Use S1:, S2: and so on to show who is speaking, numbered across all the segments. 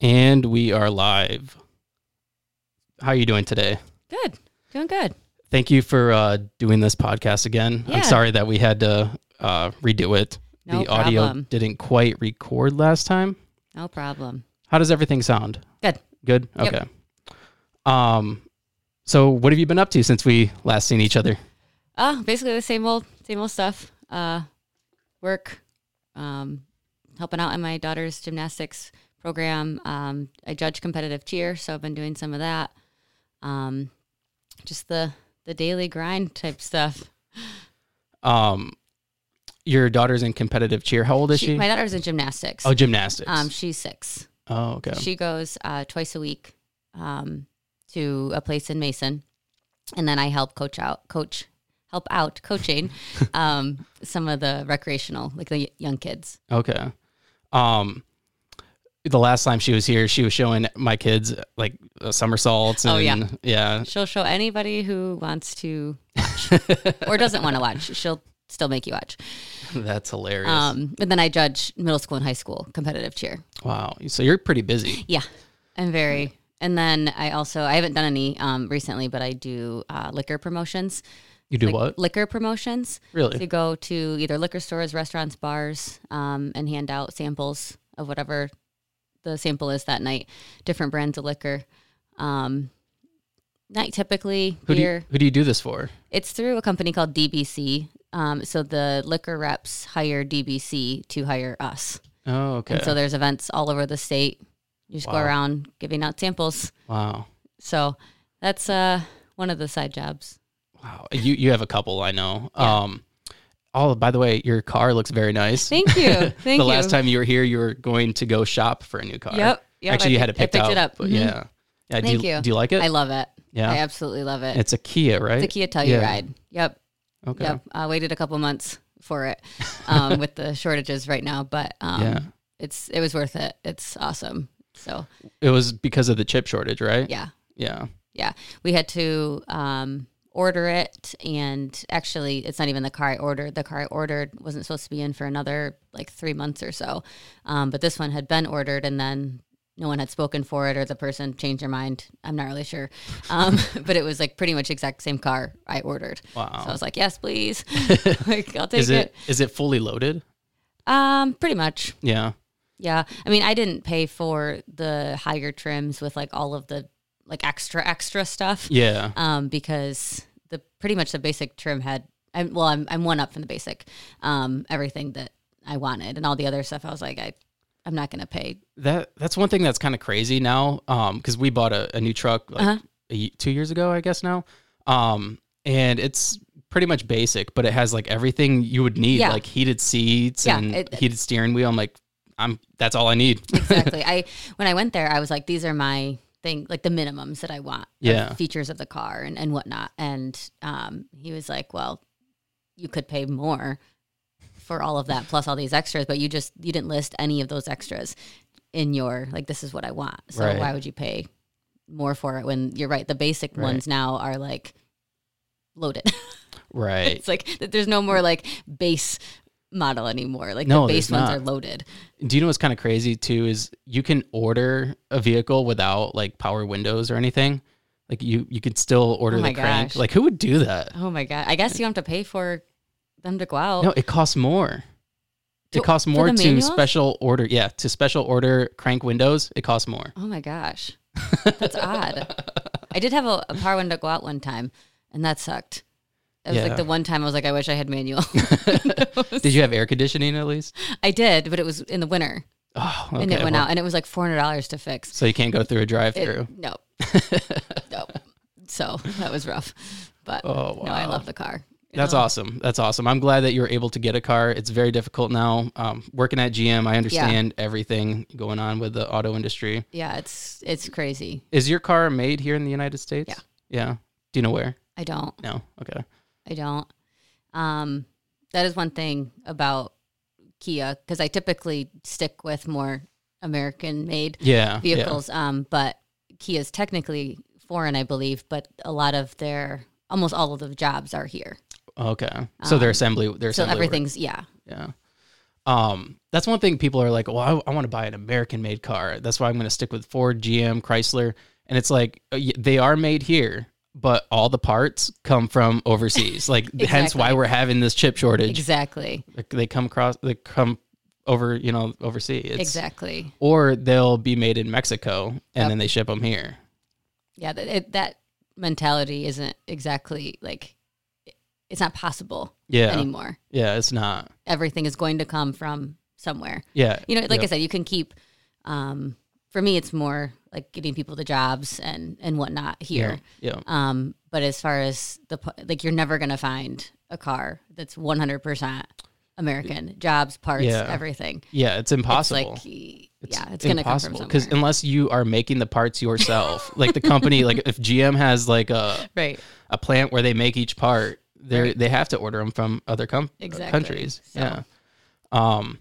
S1: And we are live. How are you doing today?
S2: Good. Doing good.
S1: Thank you for uh, doing this podcast again.
S2: Yeah.
S1: I'm sorry that we had to uh, redo it.
S2: No
S1: the audio
S2: problem.
S1: didn't quite record last time.
S2: No problem.
S1: How does everything sound?
S2: Good.
S1: Good.
S2: Yep.
S1: Okay. Um. So, what have you been up to since we last seen each other?
S2: Oh, basically the same old, same old stuff. Uh, work, um, helping out in my daughter's gymnastics program. Um, I judge competitive cheer, so I've been doing some of that. Um, just the the daily grind type stuff.
S1: Um, your daughter's in competitive cheer. How old is she?
S2: My daughter's in gymnastics.
S1: oh, gymnastics.
S2: um, she's six.
S1: oh, okay.
S2: She goes uh, twice a week um, to a place in Mason, and then I help coach out, coach, help out coaching um, some of the recreational, like the y- young kids.
S1: Okay. Um the last time she was here, she was showing my kids like uh, somersaults and
S2: Oh, yeah.
S1: yeah.
S2: She'll show anybody who wants to watch or doesn't want to watch. She'll still make you watch.
S1: That's hilarious.
S2: Um, and then I judge middle school and high school competitive cheer.
S1: wow. So you're pretty busy.
S2: Yeah, I'm very. And then I also I haven't done any um, recently, but I do uh, liquor promotions.
S1: You do
S2: like
S1: what?
S2: Liquor promotions.
S1: Really?
S2: To go to either liquor stores, restaurants, bars, um, and hand out samples of whatever the sample is that night, different brands of liquor. Um, not typically
S1: Who do
S2: beer.
S1: you, who do you do this for?
S2: It's through a company called DBC. Um, so the liquor reps hire DBC to hire us.
S1: Oh, okay.
S2: And so there's events all over the state. You just
S1: Wow.
S2: go around giving out samples.
S1: wow.
S2: So that's uh, one of the side jobs.
S1: Wow. You you have a couple, I know.
S2: Yeah.
S1: Um Oh, by the way, your car looks very nice.
S2: Thank you. Thank you.
S1: the last time you were here, you were going to go shop for a new car.
S2: Yep. Yep.
S1: Actually,
S2: I
S1: you had it
S2: pick- I
S1: picked,
S2: picked
S1: out.
S2: it up.
S1: but
S2: Mhm.
S1: Yeah. Yeah.
S2: Thank
S1: do you,
S2: you.
S1: Do you like it?
S2: I love it.
S1: yeah.
S2: I absolutely love it.
S1: it's a Kia, right?
S2: It's a Kia Telluride.
S1: Yeah.
S2: Yep.
S1: Okay.
S2: Yep. I waited a couple months for it um, with the shortages right now, but um,
S1: Yeah.
S2: it's it was worth it. It's awesome. So
S1: It was because of the chip shortage, right?
S2: yeah,
S1: Yeah.
S2: yeah. We had to um, order it, and actually, it's not even the car I ordered. The car I ordered wasn't supposed to be in for another like three months or so, um, but this one had been ordered, and then. No one had spoken for it, or the person changed their mind. I'm not really sure, um, but it was like pretty much exact same car I ordered.
S1: Wow.
S2: So I was like, yes, please. like, I'll take
S1: Oh. is
S2: it.
S1: it is it fully loaded?
S2: Um, pretty much.
S1: Yeah.
S2: Yeah. I mean, I didn't pay for the higher trims with like all of the like extra extra stuff.
S1: Yeah.
S2: Um, because the pretty much the basic trim had I'm well, I'm I'm one up from the basic. Um, everything that I wanted and all the other stuff I was like, I I'm not gonna pay.
S1: That that's one thing that's kind of crazy now. Um, cuz we bought a, a new truck like
S2: Uh-huh.
S1: a ye- 2 years ago, I guess now. Um, and it's pretty much basic, but it has like everything you would need,
S2: Yeah.
S1: like heated seats
S2: Yeah,
S1: and
S2: it-
S1: heated steering wheel. I'm like I'm that's all I need.
S2: Exactly. I when I went there, I was like, these are my thing like the minimums that I want. of
S1: Yeah.
S2: features of the car and, and whatnot. And um he was like, Well, you could pay more for all of that plus all these extras, but you just you didn't list any of those extras in your like this is what I want. So
S1: Right.
S2: why would you pay more for it when you're right, the basic
S1: Right.
S2: ones now are like loaded.
S1: right.
S2: it's like th- there's no more like base model anymore. Like
S1: No,
S2: the base
S1: there's
S2: ones
S1: not.
S2: are loaded.
S1: Do you know what's kind of crazy too is you can order a vehicle without like power windows or anything. Like you you could still order
S2: Oh
S1: the
S2: my
S1: crank.
S2: gosh.
S1: Like who would do that?
S2: Oh my god! I guess you don't have to pay for them to go out.
S1: No, it costs more.
S2: To-
S1: it costs
S2: for
S1: more
S2: the
S1: to
S2: manuals?
S1: special order. Yeah, to special order crank windows, it costs more.
S2: Oh my gosh, that's odd. I did have a, a power window go out one time, and that sucked. It was
S1: Yeah.
S2: like the one time I was like, I wish I had manual.
S1: Did you have air conditioning at least?
S2: I did, but it was in the winter,
S1: Oh, okay.
S2: and it went
S1: well,
S2: out, and it was like four hundred dollars to fix.
S1: So you can't go through a
S2: It-
S1: drive-through.
S2: no, no. So that was rough, but
S1: Oh,
S2: no, I
S1: wow.
S2: love the car. you
S1: That's
S2: know?
S1: awesome. That's awesome. I'm glad that you were able to get a car. It's very difficult now. Um, working at GM, I understand everything going on with the auto industry.
S2: Yeah, it's it's crazy.
S1: Is your car made here in the United States?
S2: Yeah.
S1: Yeah. Do you know where?
S2: I don't.
S1: No. Okay.
S2: I don't. Um, that is one thing about Kia because I typically stick with more American made
S1: Yeah. yeah.
S2: vehicles. Um, but Kia is technically foreign, I believe, but a lot of their almost all of the jobs are here.
S1: Oh, Okay. So their
S2: Um,
S1: assembly, their
S2: so
S1: assembly work.
S2: everything's yeah.
S1: Yeah. Um, that's one thing people are like, well, I, I want to buy an American made car. That's why I'm going to stick with Ford, GM, Chrysler. And it's like, uh, y- they are made here, but all the parts come from overseas. Like, hence why
S2: Exactly.
S1: we're having this chip shortage.
S2: Exactly.
S1: Like, They come across, they come over, you know, overseas. It's-
S2: Exactly.
S1: Or they'll be made in Mexico and
S2: Yep.
S1: then they ship them here.
S2: Yeah. That, it, that mentality isn't exactly like it's not possible
S1: Yeah.
S2: anymore.
S1: Yeah. It's not.
S2: Everything is going to come from somewhere.
S1: Yeah.
S2: You know, like
S1: Yep.
S2: I said, you can keep. Um, for me, it's more like getting people the jobs and and whatnot here.
S1: Yeah. yeah.
S2: Um, but as far as the p- like, you're never gonna find a car that's 100 percent American. Jobs, parts,
S1: Yeah.
S2: everything.
S1: Yeah, it's
S2: It's
S1: impossible.
S2: like, y- yeah, it's gonna come from somewhere.
S1: because unless you are making the parts yourself, like the company, like if GM has like a
S2: right.
S1: a plant where they make each part, they are
S2: Right.
S1: they have to order them from other com- uh,
S2: Exactly.
S1: countries.
S2: So-
S1: Yeah, um,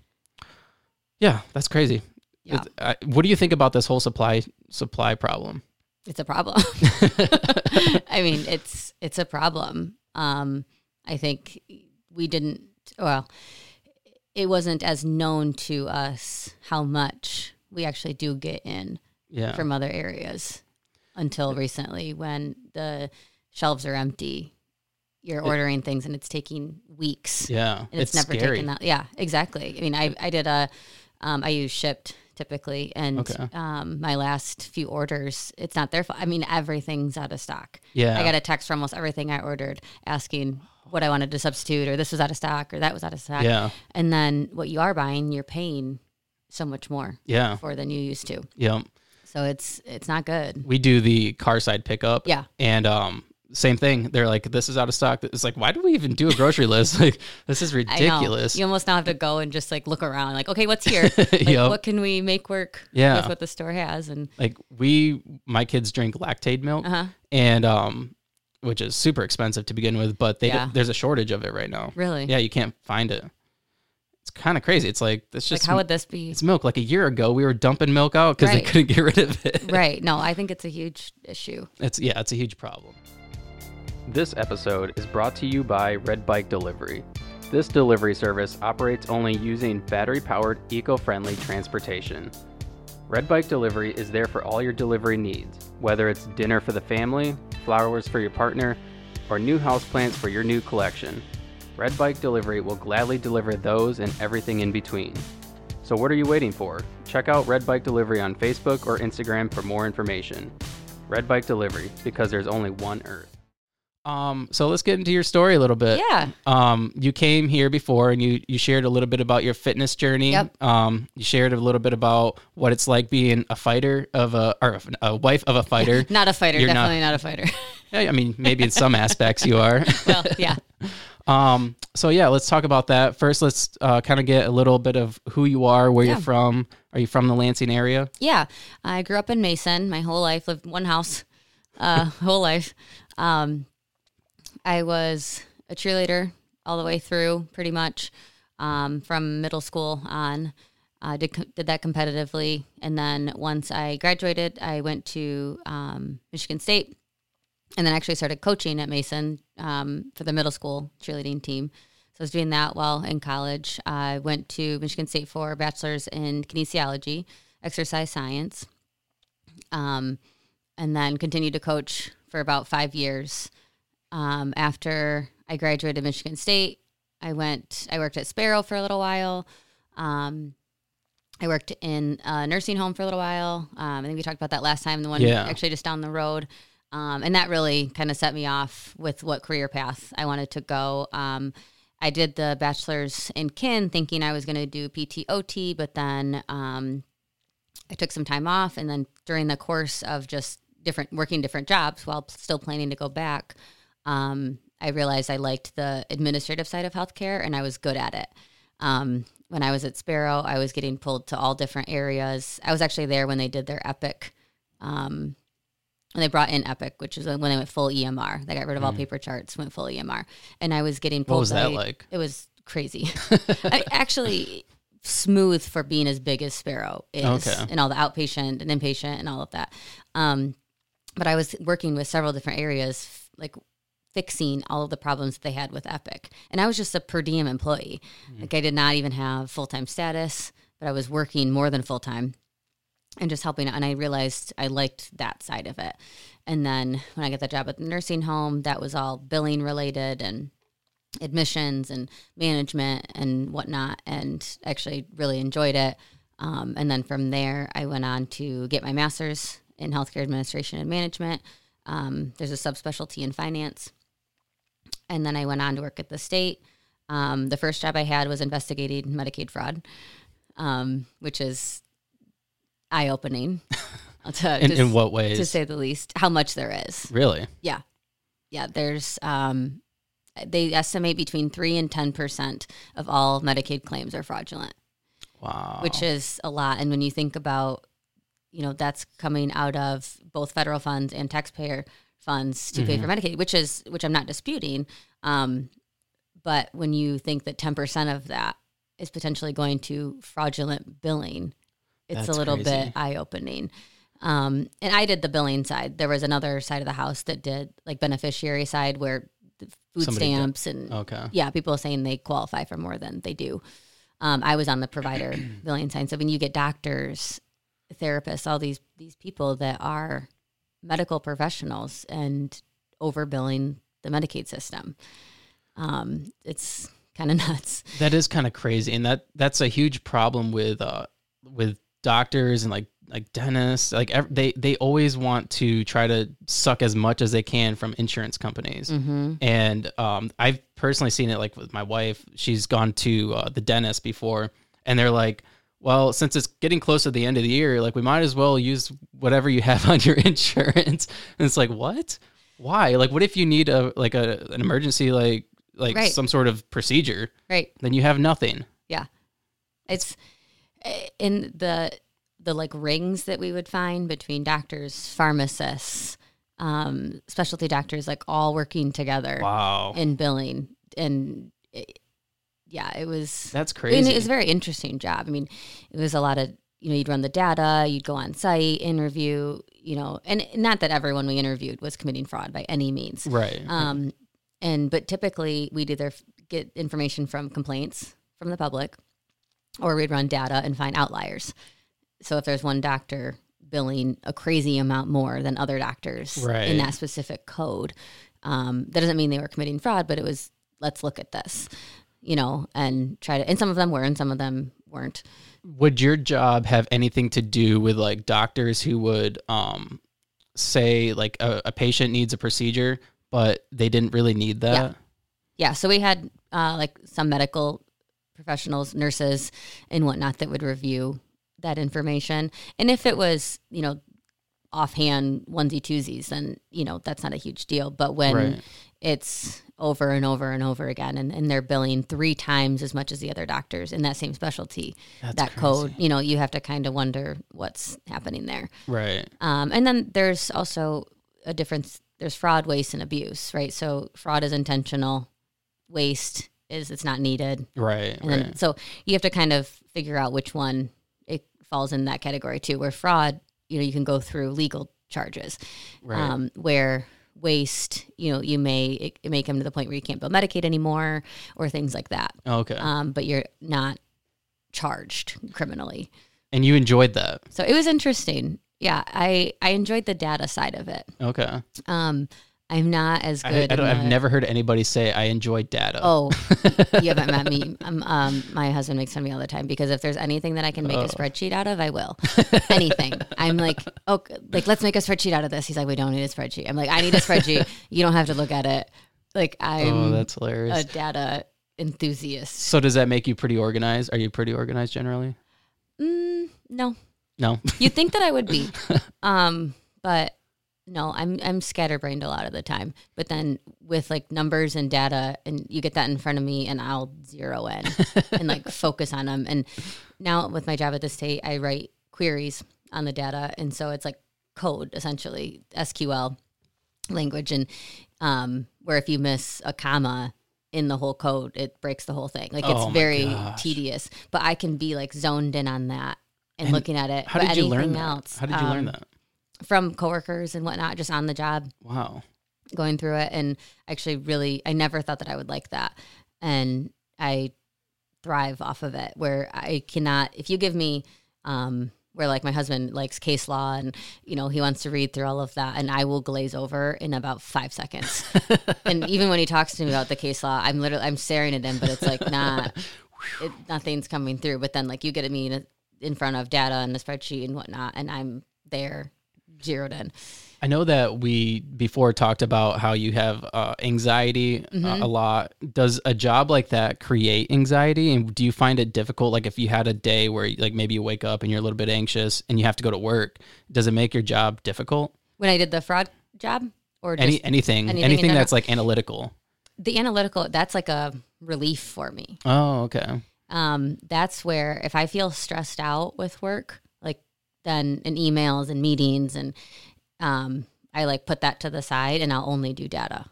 S1: yeah, that's crazy.
S2: Yeah.
S1: It's- I, what do you think about this whole supply supply problem?
S2: it's a problem. I mean, it's it's a problem. Um, I think we didn't. Well, it wasn't as known to us how much we actually do get in
S1: Yeah,
S2: from other areas until recently, when the shelves are empty. You're ordering things, and it's taking weeks
S1: yeah,
S2: and it's, never
S1: scary.
S2: taken that. Yeah, exactly. I mean, I I did a, um, I use shipped typically, and
S1: Okay.
S2: um, my last few orders, it's not their fault. I mean, everything's out of stock.
S1: Yeah,
S2: I got a text for almost everything I ordered asking what I wanted to substitute, or this was out of stock, or that was out of stock.
S1: yeah,
S2: And then what you are buying, you're paying so much more
S1: yeah,
S2: for than you used to.
S1: yeah.
S2: So it's it's not good.
S1: We do the car side pickup.
S2: Yeah.
S1: and um. Same thing. They're like, this is out of stock. It's like, why do we even do a grocery list? Like, this is
S2: I know.
S1: ridiculous.
S2: You almost now have to go and just like look around, like, okay, what's here? Like,
S1: Yep.
S2: What can we make work
S1: Yeah.
S2: with what the store has? And
S1: like we my kids drink lactaid milk
S2: uh huh,
S1: and um which is super expensive to begin with but they
S2: Yeah.
S1: there's a shortage of it right now
S2: really?
S1: yeah you can't find it it's kind of crazy it's like it's just
S2: like how would this be
S1: it's milk like a year ago we were dumping milk out because
S2: Right.
S1: they couldn't get rid of it
S2: right no i think it's a huge issue
S1: It's yeah, it's a huge problem. This episode is brought to you by Red Bike Delivery. This delivery service operates only using battery-powered, eco-friendly transportation. Red Bike Delivery is there for all your delivery needs, whether it's dinner for the family, flowers for your partner, or new houseplants for your new collection. Red Bike Delivery will gladly deliver those and everything in between. So what are you waiting for? Check out Red Bike Delivery on Facebook or Instagram for more information. Red Bike Delivery because there's only one Earth. Um, so let's get into your story a little bit.
S2: yeah
S1: Um, you came here before and you you shared a little bit about your fitness journey.
S2: Yep.
S1: Um, you shared a little bit about what it's like being a fighter of a or a wife of a fighter.
S2: not a fighter
S1: You're not-
S2: definitely not, a fighter
S1: Yeah, I mean, maybe in some aspects you are.
S2: well yeah
S1: Um, so yeah, let's talk about that. First, let's uh, kind of get a little bit of who you are, where
S2: Yeah.
S1: you're from. Are you from the Lansing area?
S2: yeah i grew up in mason my whole life lived in one house uh whole life um i was a cheerleader all the way through pretty much um from middle school on I did, co- did that competitively. And then once I graduated, I went to um, Michigan State and then actually started coaching at Mason um, for the middle school cheerleading team. So I was doing that while in college. I went to Michigan State for a bachelor's in kinesiology, exercise science, um, and then continued to coach for about five years. Um, after I graduated Michigan State, I went. I worked at Sparrow for a little while. Um, I worked in a nursing home for a little while. Um, I think we talked about that last time. The one
S1: Yeah.
S2: actually just down the road, um, and that really kind of set me off with what career path I wanted to go. Um, I did the bachelor's in kin, thinking I was going to do PTOT, but then um, I took some time off, and then during the course of just different working different jobs while still planning to go back, um, I realized I liked the administrative side of healthcare, and I was good at it. Um, when I was at Sparrow, I was getting pulled to all different areas. I was actually there when they did their Epic. Um, and they brought in Epic, which is when they went full EMR. They got rid of all paper charts, went full EMR, and I was getting pulled.
S1: Mm. What was that
S2: by-
S1: like?
S2: it was crazy. I, actually, smooth for being as big as Sparrow is,
S1: Okay.
S2: and all the outpatient and inpatient and all of that. Um, but I was working with several different areas, f- like fixing all of the problems that they had with Epic. And I was just a per diem employee.
S1: Mm-hmm.
S2: Like I did not even have full time status, but I was working more than full time and just helping out. And I realized I liked that side of it. And then when I got that job at the nursing home, that was all billing related and admissions and management and whatnot. And actually really enjoyed it. Um, and then from there, I went on to get my master's in healthcare administration and management. Um, there's a subspecialty in finance. And then I went on to work at the state. Um, the first job I had was investigating Medicaid fraud, um, which is eye opening. to,
S1: In,
S2: to s-
S1: in what
S2: to
S1: ways?
S2: say the least, how much there is.
S1: Really?
S2: Yeah. Yeah. There's, um, they estimate between 3 and 10% of all Medicaid claims are fraudulent,
S1: Wow.
S2: which is a lot. And when you think about, you know, that's coming out of both federal funds and taxpayer funds to pay
S1: Mm-hmm.
S2: for Medicaid, which is, which I'm not disputing. Um, but when you think that 10% of that is potentially going to fraudulent billing, it's
S1: That's
S2: a little
S1: crazy.
S2: bit eye opening. Um, and I did the billing side. There was another side of the house that did like beneficiary side where the food
S1: Somebody did- Oh,
S2: stamps and
S1: okay.
S2: yeah, people saying they qualify for more than they do. Um, I was on the provider billing side. So when you get doctors, therapists, all these these people that are medical professionals and overbilling the Medicaid system, um, it's kind of nuts.
S1: That is kind of crazy, and that that's a huge problem with uh with doctors and like like dentists. Like ev- they they always want to try to suck as much as they can from insurance companies.
S2: Mm-hmm.
S1: And um, I've personally seen it like with my wife. She's gone to uh, the dentist before, and they're like, "Well, since it's getting close to the end of the year, like we might as well use whatever you have on your insurance." And it's like, "What? Why? Like, what if you need a like a an emergency like like
S2: Right.
S1: some sort of procedure?"
S2: Right.
S1: Then you have nothing.
S2: Yeah. It's eh, in the the like rings that we would find between doctors, pharmacists, um, specialty doctors, like all working together
S1: Wow.
S2: in billing, and it, yeah, it was.
S1: That's
S2: And
S1: crazy.
S2: it was a very interesting job. I mean, it was a lot of you know you'd run the data, you'd go on site, interview, you know, and not that everyone we interviewed was committing fraud by any means,
S1: right.
S2: um, and but typically we'd either f- get information from complaints from the public, or we'd run data and find outliers. So if there's one doctor billing a crazy amount more than other doctors
S1: Right.
S2: in that specific code, um, that doesn't mean they were committing fraud, but it was let's look at this, you know, and try to. And some of them were, and some of them weren't.
S1: would your job have anything to do with like doctors who would um say like a, a patient needs a procedure but they didn't really need that?
S2: yeah so we had uh, like some medical professionals nurses and whatnot that would review that information and if it was you know offhand onesie twosies then you know that's not a huge deal but when
S1: Right.
S2: it's over and over and over again and, and they're billing three times as much as the other doctors in that same specialty
S1: That's
S2: that
S1: crazy.
S2: code you know you have to kind of wonder what's happening there
S1: Right.
S2: um, and then there's also a difference. There's fraud, waste, and abuse, right? So fraud is intentional, waste is it's not needed,
S1: Right.
S2: and
S1: right.
S2: then so you have to kind of figure out which one it falls in that category too. Where fraud, you know, you can go through legal charges,
S1: Right.
S2: um, where waste, you know, you may it, it may come to the point where you can't bill Medicaid anymore or things like that,
S1: okay.
S2: um, but you're not charged criminally.
S1: and you enjoyed that.
S2: So it was interesting. Yeah, I I enjoyed the data side of it.
S1: Okay. I-
S2: Um, I'm not as
S1: I,
S2: good.
S1: don't,
S2: in
S1: I've
S2: the-
S1: never heard anybody say I enjoy data.
S2: Oh, you haven't met me. Um, um, my husband makes fun of me all the time because if there's anything that I can make
S1: Oh.
S2: a spreadsheet out of, I will. Anything. I'm like, oh, like let's make a spreadsheet out of this. He's like, we don't need a spreadsheet. I'm like, I need a spreadsheet. you don't have to look at it. Like I'm
S1: Oh, that's hilarious.
S2: a data enthusiast.
S1: so does that make you pretty organized? Are you pretty organized generally?
S2: Mm, no,
S1: No.
S2: you'd think that I would be, um, but no, I'm I'm scatterbrained a lot of the time. But then with like numbers and data, and you get that in front of me, and I'll zero in and like focus on them. And now with my job at the state, I write queries on the data, and so it's like code essentially SQL language, and um, where if you miss a comma in the whole code, it breaks the whole thing. Like it's
S1: Oh my
S2: very
S1: gosh.
S2: tedious, but I can be like zoned in on that and,
S1: And
S2: looking at it.
S1: How
S2: but
S1: did you learn
S2: anything
S1: that?
S2: Else,
S1: How did you
S2: um,
S1: learn that?
S2: From coworkers and whatnot, just on the job.
S1: Wow.
S2: going through it and actually really I never thought that I would like that. And I thrive off of it where I cannot if you give me um where like my husband likes case law and you know he wants to read through all of that and I will glaze over in about 5 seconds. and even when he talks to me about the case law, I'm literally I'm staring at him but it's like not it, nothing's coming through but then like you get me in, in front of data and a spreadsheet and whatnot and I'm there zeroed in.
S1: I know that we before talked about how you have uh, anxiety uh,
S2: Mhm.
S1: a lot. Does a job like that create anxiety, and do you find it difficult? Like if you had a day where, like, maybe you wake up and you're a little bit anxious, and you have to go to work, does it make your job difficult?
S2: When I did the fraud job or just
S1: Any anything,
S2: anything
S1: anything,
S2: in general?
S1: that's like analytical.
S2: the analytical that's like a relief for me
S1: Oh, okay.
S2: um that's where if i feel stressed out with work like then in emails and meetings and um i like put that to the side and i'll only do data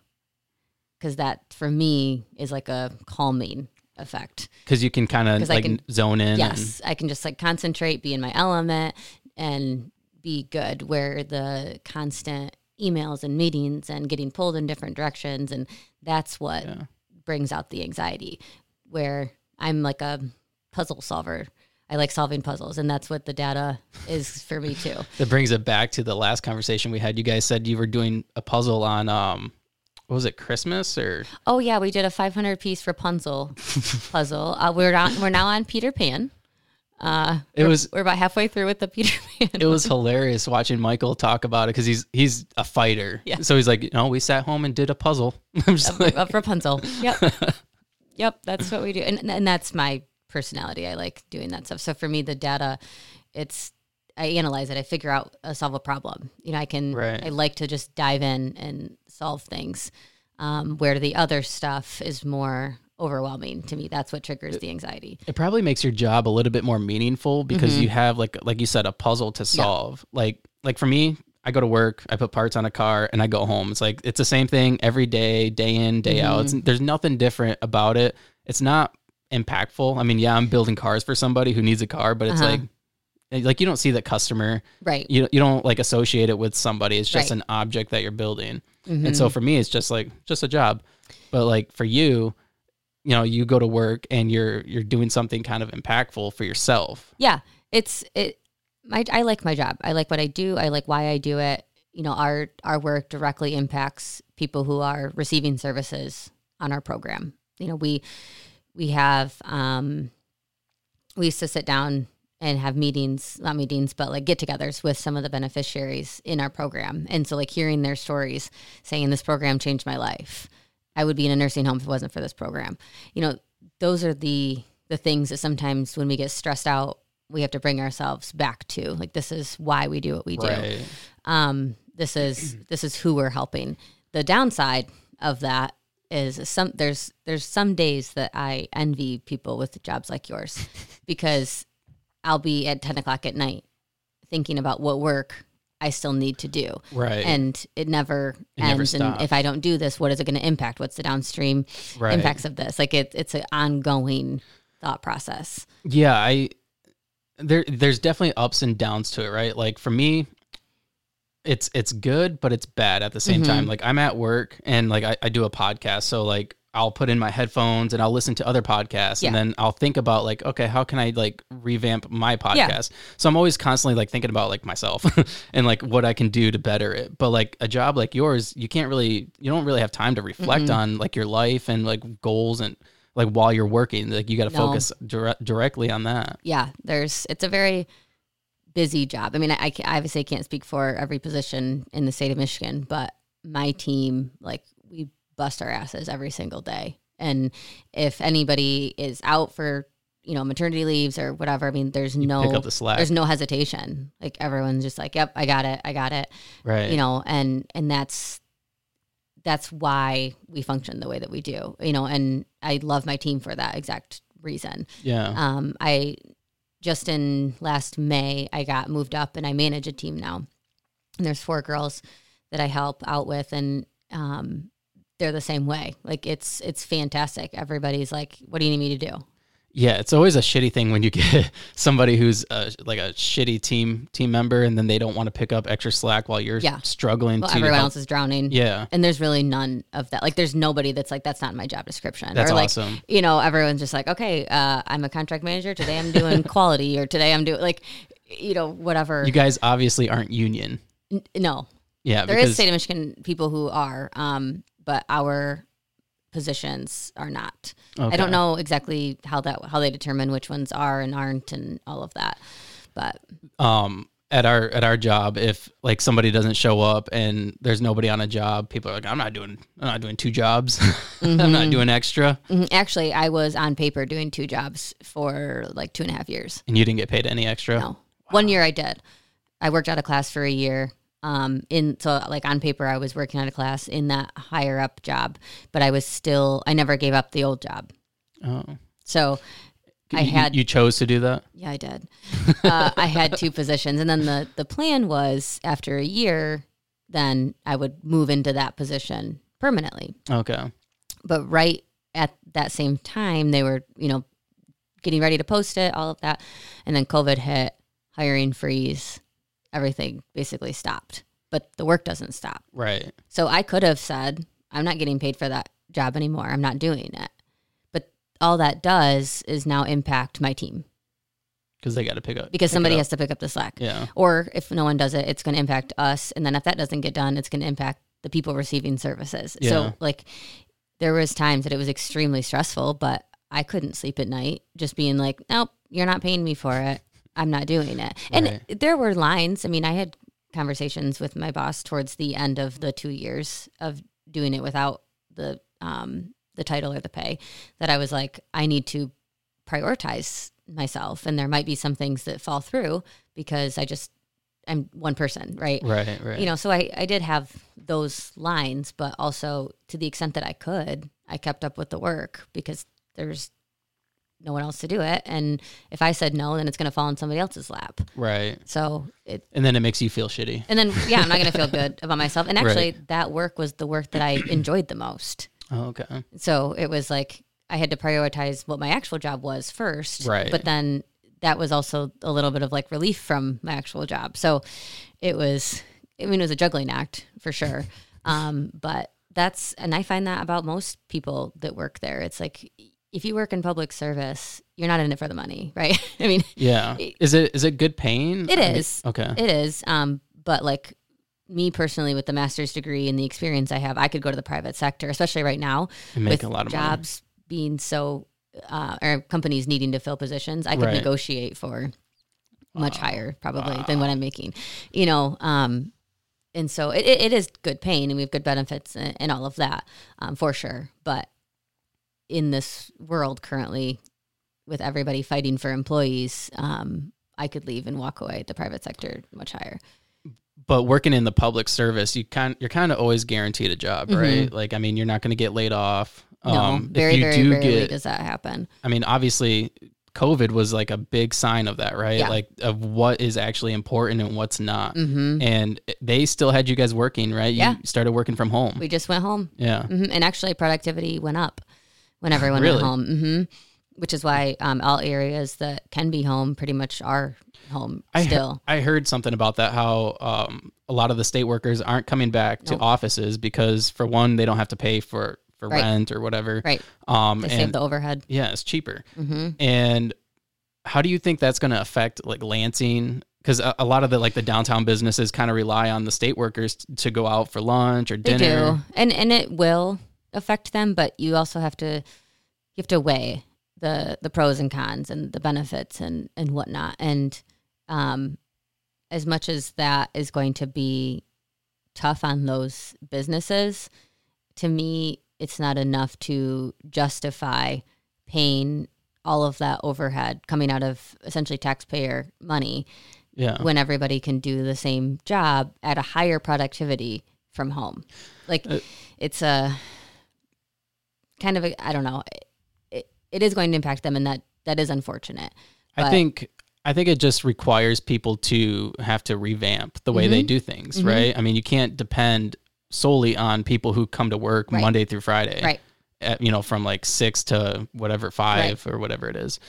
S2: because that for me is like a calming effect
S1: Because you can kind of
S2: 'Cause I
S1: like
S2: can-
S1: zone in. and-
S2: yes i can just like concentrate be in my element and be good where the constant emails and meetings and getting pulled in different directions and that's what
S1: Yeah.
S2: brings out the anxiety where I'm like a puzzle solver. I like solving puzzles and that's what the data is for me too.
S1: That brings it back to the last conversation we had. You guys said you were doing a puzzle on um, what was it, Christmas or?
S2: Oh yeah, we did a 500 piece Rapunzel puzzle. Uh, we're on, we're now on Peter Pan. Uh,
S1: It
S2: we're-
S1: was-
S2: we're about halfway through with the Peter Pan.
S1: it was hilarious watching Michael talk about it because he's he's a fighter.
S2: Yeah.
S1: So he's like, no, we sat home and did a puzzle. I'm just like,
S2: of Rapunzel. Yep. yep. That's what we do. And, and that's my personality. I like doing that stuff. So for me, the data, it's, I analyze it. I figure out, uh, solve a problem. You know, I can,
S1: Right.
S2: I like to just dive in and solve things um, where the other stuff is more overwhelming to me. That's what triggers the anxiety.
S1: it probably makes your job a little bit more meaningful because
S2: Mm-hmm.
S1: you have like like you said a puzzle to solve. Like like for me, I go to work, I put parts on a car, and I go home. It's like it's the same thing every day, day in, day out.
S2: Mm-hmm.
S1: It's, there's nothing different about it. It's not impactful. I mean, yeah, I'm building cars for somebody who needs a car, but it's
S2: Uh-huh.
S1: like like you don't see that customer.
S2: Right.
S1: you you don't like associate it with somebody. It's just
S2: Right.
S1: an object that you're building.
S2: Mhm.
S1: And so for me, it's just like just a job. But like for you, you know, you go to work and you're you're doing something kind of impactful for yourself.
S2: yeah it's it my i like my job i like what i do i like why i do it you know our our work directly impacts people who are receiving services on our program you know we we have um we used to sit down and have meetings not meetings but like get togethers with some of the beneficiaries in our program and so like hearing their stories saying this program changed my life i would be in a nursing home if it wasn't for this program you know those are the the things that sometimes when we get stressed out we have to bring ourselves back to like this is why we do what we do
S1: Right.
S2: um, this is this is who we're helping. The downside of that is some there's there's some days that I envy people with jobs like yours because I'll be at ten o'clock at night thinking about what work I still need to do
S1: Right.
S2: and it never
S1: It never
S2: ends. and
S1: stops.
S2: if I don't do this, what is it going to impact? What's the downstream
S1: right.
S2: impacts of this? Like it, it's an ongoing thought process.
S1: Yeah, I there there's definitely ups and downs to it, right? Like for me, it's it's good, but it's bad at the same
S2: Mhm.
S1: time. Like I'm at work and like I, I do a podcast, so like I'll put in my headphones and I'll listen to other podcasts and
S2: Yeah.
S1: then I'll think about like, okay, how can I like revamp my podcast? So I'm always constantly like thinking about like myself and like what I can do to better it. But like a job like yours, you can't really you don't really have time to reflect on like your life and like goals and like while you're working, like you got to
S2: No.
S1: focus dire- directly on that.
S2: yeah, there's it's a very busy job. I mean, I, I ca- I obviously can't speak for every position in the state of Michigan, but my team, like we bust our asses every single day. And if anybody is out for you know maternity leaves or whatever, I mean, there's
S1: Pick
S2: no
S1: up the slack,
S2: there's no hesitation. Like everyone's just like, "Yep, I got it, I got it,"
S1: right?
S2: you know, and and that's that's why we function the way that we do, you know. And I love my team for that exact reason.
S1: yeah.
S2: Um, I just in last May, I got moved up and I manage a team now. And there's four girls that I help out with, and um, they're the same way. Like it's it's fantastic. Everybody's like, "What do you need me to do?"
S1: Yeah, it's always a shitty thing when you get somebody who's uh like a shitty team team member, and then they don't want to pick up extra slack while you're
S2: Yeah.
S1: struggling
S2: Well,
S1: to.
S2: everyone
S1: help.
S2: else is drowning.
S1: Yeah,
S2: And there's really none of that. Like, there's nobody that's like, that's not my job description.
S1: That's
S2: or like,
S1: awesome.
S2: you know, everyone's just like, okay, uh, I'm a contract manager. Today I'm doing quality, or today I'm doing like, you know, whatever.
S1: you guys obviously aren't union.
S2: N- no,
S1: Yeah,
S2: there
S1: because
S2: is state of Michigan people who are, um, but our positions are not. I
S1: Okay.
S2: don't know exactly how that how they determine which ones are and aren't and all of that. But
S1: um at our at our job if like somebody doesn't show up and there's nobody on a job people are like i'm not doing i'm not doing two jobs i'm
S2: Mm-hmm.
S1: not doing extra
S2: mhm, actually, I was on paper doing two jobs for like two and a half years.
S1: and you didn't get paid any extra
S2: No. One year I did. I worked out of class for a year. Um, in so like on paper I was working out of class in that higher up job, but I was still I never gave up the old job.
S1: oh.
S2: So I
S1: You-
S2: had
S1: you chose to do that
S2: yeah I did. Uh, I had two positions, and then the the plan was after a year, then I would move into that position permanently.
S1: okay
S2: But right at that same time, they were you know getting ready to post it, all of that, and then COVID hit, hiring freeze, everything basically stopped. But the work doesn't stop.
S1: right
S2: So I could have said, I'm not getting paid for that job anymore. I'm not doing it. But all that does is now impact my team
S1: because they got to pick up
S2: because
S1: pick it
S2: somebody
S1: up.
S2: has to pick up the slack.
S1: yeah
S2: Or if no one does it, it's going to impact us. And then if that doesn't get done, it's going to impact the people receiving services.
S1: Yeah.
S2: So like there was times that it was extremely stressful, but I couldn't sleep at night just being like, nope, you're not paying me for it. I'm not doing it. And
S1: Right.
S2: there were lines. I mean, I had conversations with my boss towards the end of the two years of doing it without the um the title or the pay that I was like, I need to prioritize myself and there might be some things that fall through because I just I'm one person, right?
S1: right right
S2: You know, so I I did have those lines, but also to the extent that I could, I kept up with the work because there's no one else to do it and if I said no, then it's going to fall on somebody else's lap.
S1: right
S2: So it
S1: and then it makes you feel shitty
S2: and then yeah, I'm not going to feel good about myself. And actually that work was the work that I enjoyed the most.
S1: oh, okay
S2: So it was like I had to prioritize what my actual job was first.
S1: Right.
S2: But then that was also a little bit of like relief from my actual job. So it was, I mean, it was a juggling act for sure. um, but that's, and I find that about most people that work there. It's like, if you work in public service, you're not in it for the money, right? I mean,
S1: yeah is it is it good pain
S2: It
S1: I mean-
S2: is.
S1: okay
S2: it is. Um, but like me personally, with the master's degree and the experience I have, I could go to the private sector, especially right now
S1: and make
S2: with
S1: a lot of money
S2: jobs being so uh, or companies needing to fill positions, I could
S1: Right.
S2: negotiate for much higher probably
S1: Wow.
S2: than what I'm making, you know. Um, and so it, it, it is good pain and we have good benefits and, and all of that um, for sure. But in this world currently, with everybody fighting for employees, um, I could leave and walk away the private sector much higher.
S1: but working in the public service, you kind you're kind of always guaranteed a job, right? Like, I mean, you're not going to get laid off.
S2: Mm-hmm. no,
S1: Um,
S2: very,
S1: if you
S2: very
S1: do
S2: rarely
S1: get,
S2: does that happen.
S1: I mean, obviously, COVID was like a big sign of that, right?
S2: Yeah.
S1: Like of what is actually important and what's not.
S2: hmm
S1: And they still had you guys working, right? You
S2: Yeah.
S1: started working from home.
S2: We just went home.
S1: yeah.
S2: hmm And actually, productivity went up when everyone
S1: Really?
S2: went home, hmm which is why um, all areas that can be home pretty much are home
S1: I he-
S2: still.
S1: I heard something about that how um, a lot of the state workers aren't coming back to
S2: Nope.
S1: offices because for one, they don't have to pay for for
S2: Right.
S1: rent or whatever.
S2: right.
S1: Um,
S2: They
S1: and
S2: save the overhead.
S1: yeah, it's cheaper.
S2: hmm
S1: and how do you think that's going to affect like Lansing? Because a, a lot of the like the downtown businesses kind of rely on the state workers t- to go out for lunch or
S2: They
S1: dinner.
S2: do, and and it will affect them, but you also have to you have to weigh the the pros and cons and the benefits and and whatnot. And um, as much as that is going to be tough on those businesses, to me, it's not enough to justify paying all of that overhead coming out of essentially taxpayer money
S1: Yeah,
S2: when everybody can do the same job at a higher productivity from home. Like
S1: Uh,
S2: it's a kind of a I don't know. It, it is going to impact them, and that that is unfortunate.
S1: I
S2: but-
S1: think I think it just requires people to have to revamp the way
S2: Mm-hmm.
S1: they do things. Right? I mean, you can't depend solely on people who come to work
S2: Right.
S1: Monday through Friday.
S2: Right.
S1: at, you know, from like six to whatever five or whatever it is.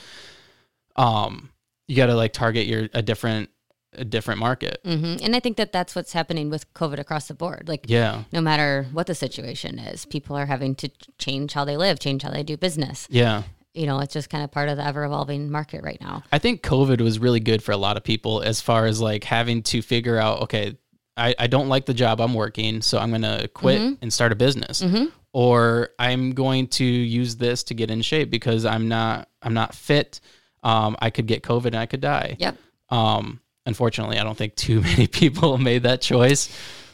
S1: Um, you got to like target your a different a different market.
S2: hmm And I think that that's what's happening with COVID across the board. Like,
S1: Yeah,
S2: no matter what the situation is, people are having to change how they live, change how they do business.
S1: yeah.
S2: You know, it's just kind of part of the ever evolving market right now.
S1: I think COVID was really good for a lot of people as far as like having to figure out, okay, I, I don't like the job I'm working, so I'm gonna quit
S2: Mm-hmm.
S1: and start a business. Or I'm going to use this to get in shape because I'm not I'm not fit. Um, I could get COVID and I could die.
S2: Yep.
S1: Um, unfortunately, I don't think too many people made that choice,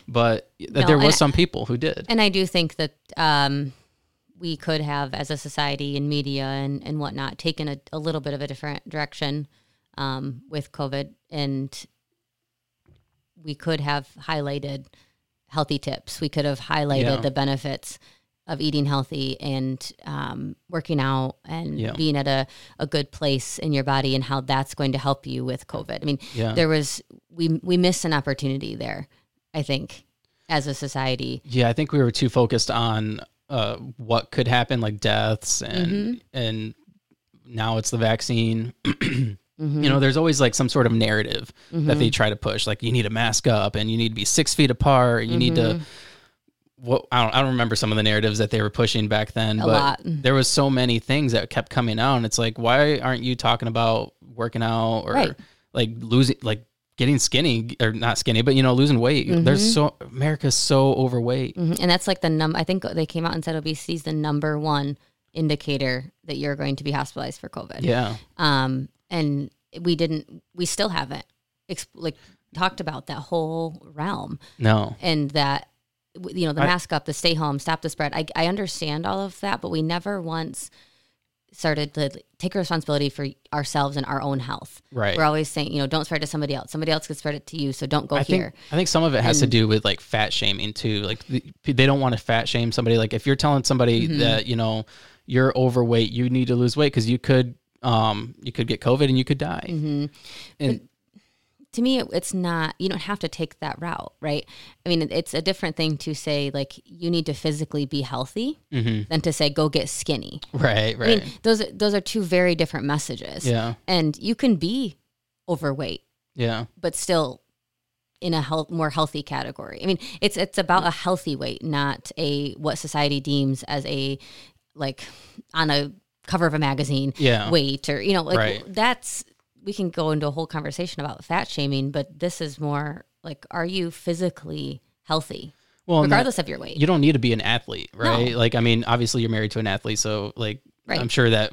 S1: but th-
S2: No,
S1: there was
S2: and-
S1: some people who did.
S2: And I do think that um, we could have, as a society and media and, and whatnot, taken a, a little bit of a different direction um, with COVID. And we could have highlighted healthy tips. We could have highlighted
S1: Yeah.
S2: the benefits of eating healthy and um, working out and
S1: Yeah.
S2: being at a, a good place in your body and how that's going to help you with COVID. I mean,
S1: Yeah.
S2: there was, we, we missed an opportunity there, I think, as a society.
S1: Yeah, I think we were too focused on uh, what could happen, like deaths, and and now it's the vaccine. You know, there's always like some sort of narrative that they try to push, like you need a mask up, and you need to be six feet apart, you need to. What I don't, I don't remember some of the narratives that they were pushing back then, but
S2: lot.
S1: Mm-hmm. there was so many things that kept coming out, and it's like, why aren't you talking about working out or
S2: Right.
S1: like losing, like getting skinny or not skinny, but you know, losing weight?
S2: Mm-hmm.
S1: There's so America's so overweight.
S2: Mhm. And that's like the num. I think they came out and said obesity is the number one indicator that you're going to be hospitalized for COVID.
S1: Yeah.
S2: Um, and we didn't. We still haven't exp- like talked about that whole realm
S1: No.
S2: and that w- you know the
S1: I-
S2: mask up, the stay home, stop the spread. I I understand all of that, but we never once started to take responsibility for ourselves and our own health.
S1: Right.
S2: We're always saying, you know, don't spread it to somebody else. Somebody else could spread it to you, so don't go
S1: I
S2: here.
S1: think I think some of it has to do with like fat shaming too. Like the, they don't want to fat shame somebody. Like if you're telling somebody
S2: Mm-hmm.
S1: that you know you're overweight, you need to lose weight because you could um you could get COVID and you could die.
S2: Mm-hmm.
S1: And
S2: to me it, it's not you don't have to take that route right i mean it- it's a different thing to say like you need to physically be healthy than to say go get skinny
S1: Mm-hmm. right,
S2: i
S1: right,
S2: mean those are those are two very different messages
S1: yeah,
S2: and you can be overweight
S1: yeah,
S2: but still in a health more healthy category i mean it's it's about a healthy weight not a what society deems as a like on a cover of a magazine
S1: yeah,
S2: weight or you know like
S1: Oh. Right.
S2: that's we can go into a whole conversation about fat shaming but this is more like are you physically healthy
S1: Well, and that-
S2: regardless of your weight
S1: you don't need to be an athlete, right? Like I mean, obviously you're married to an athlete, so like
S2: Right.
S1: I'm sure that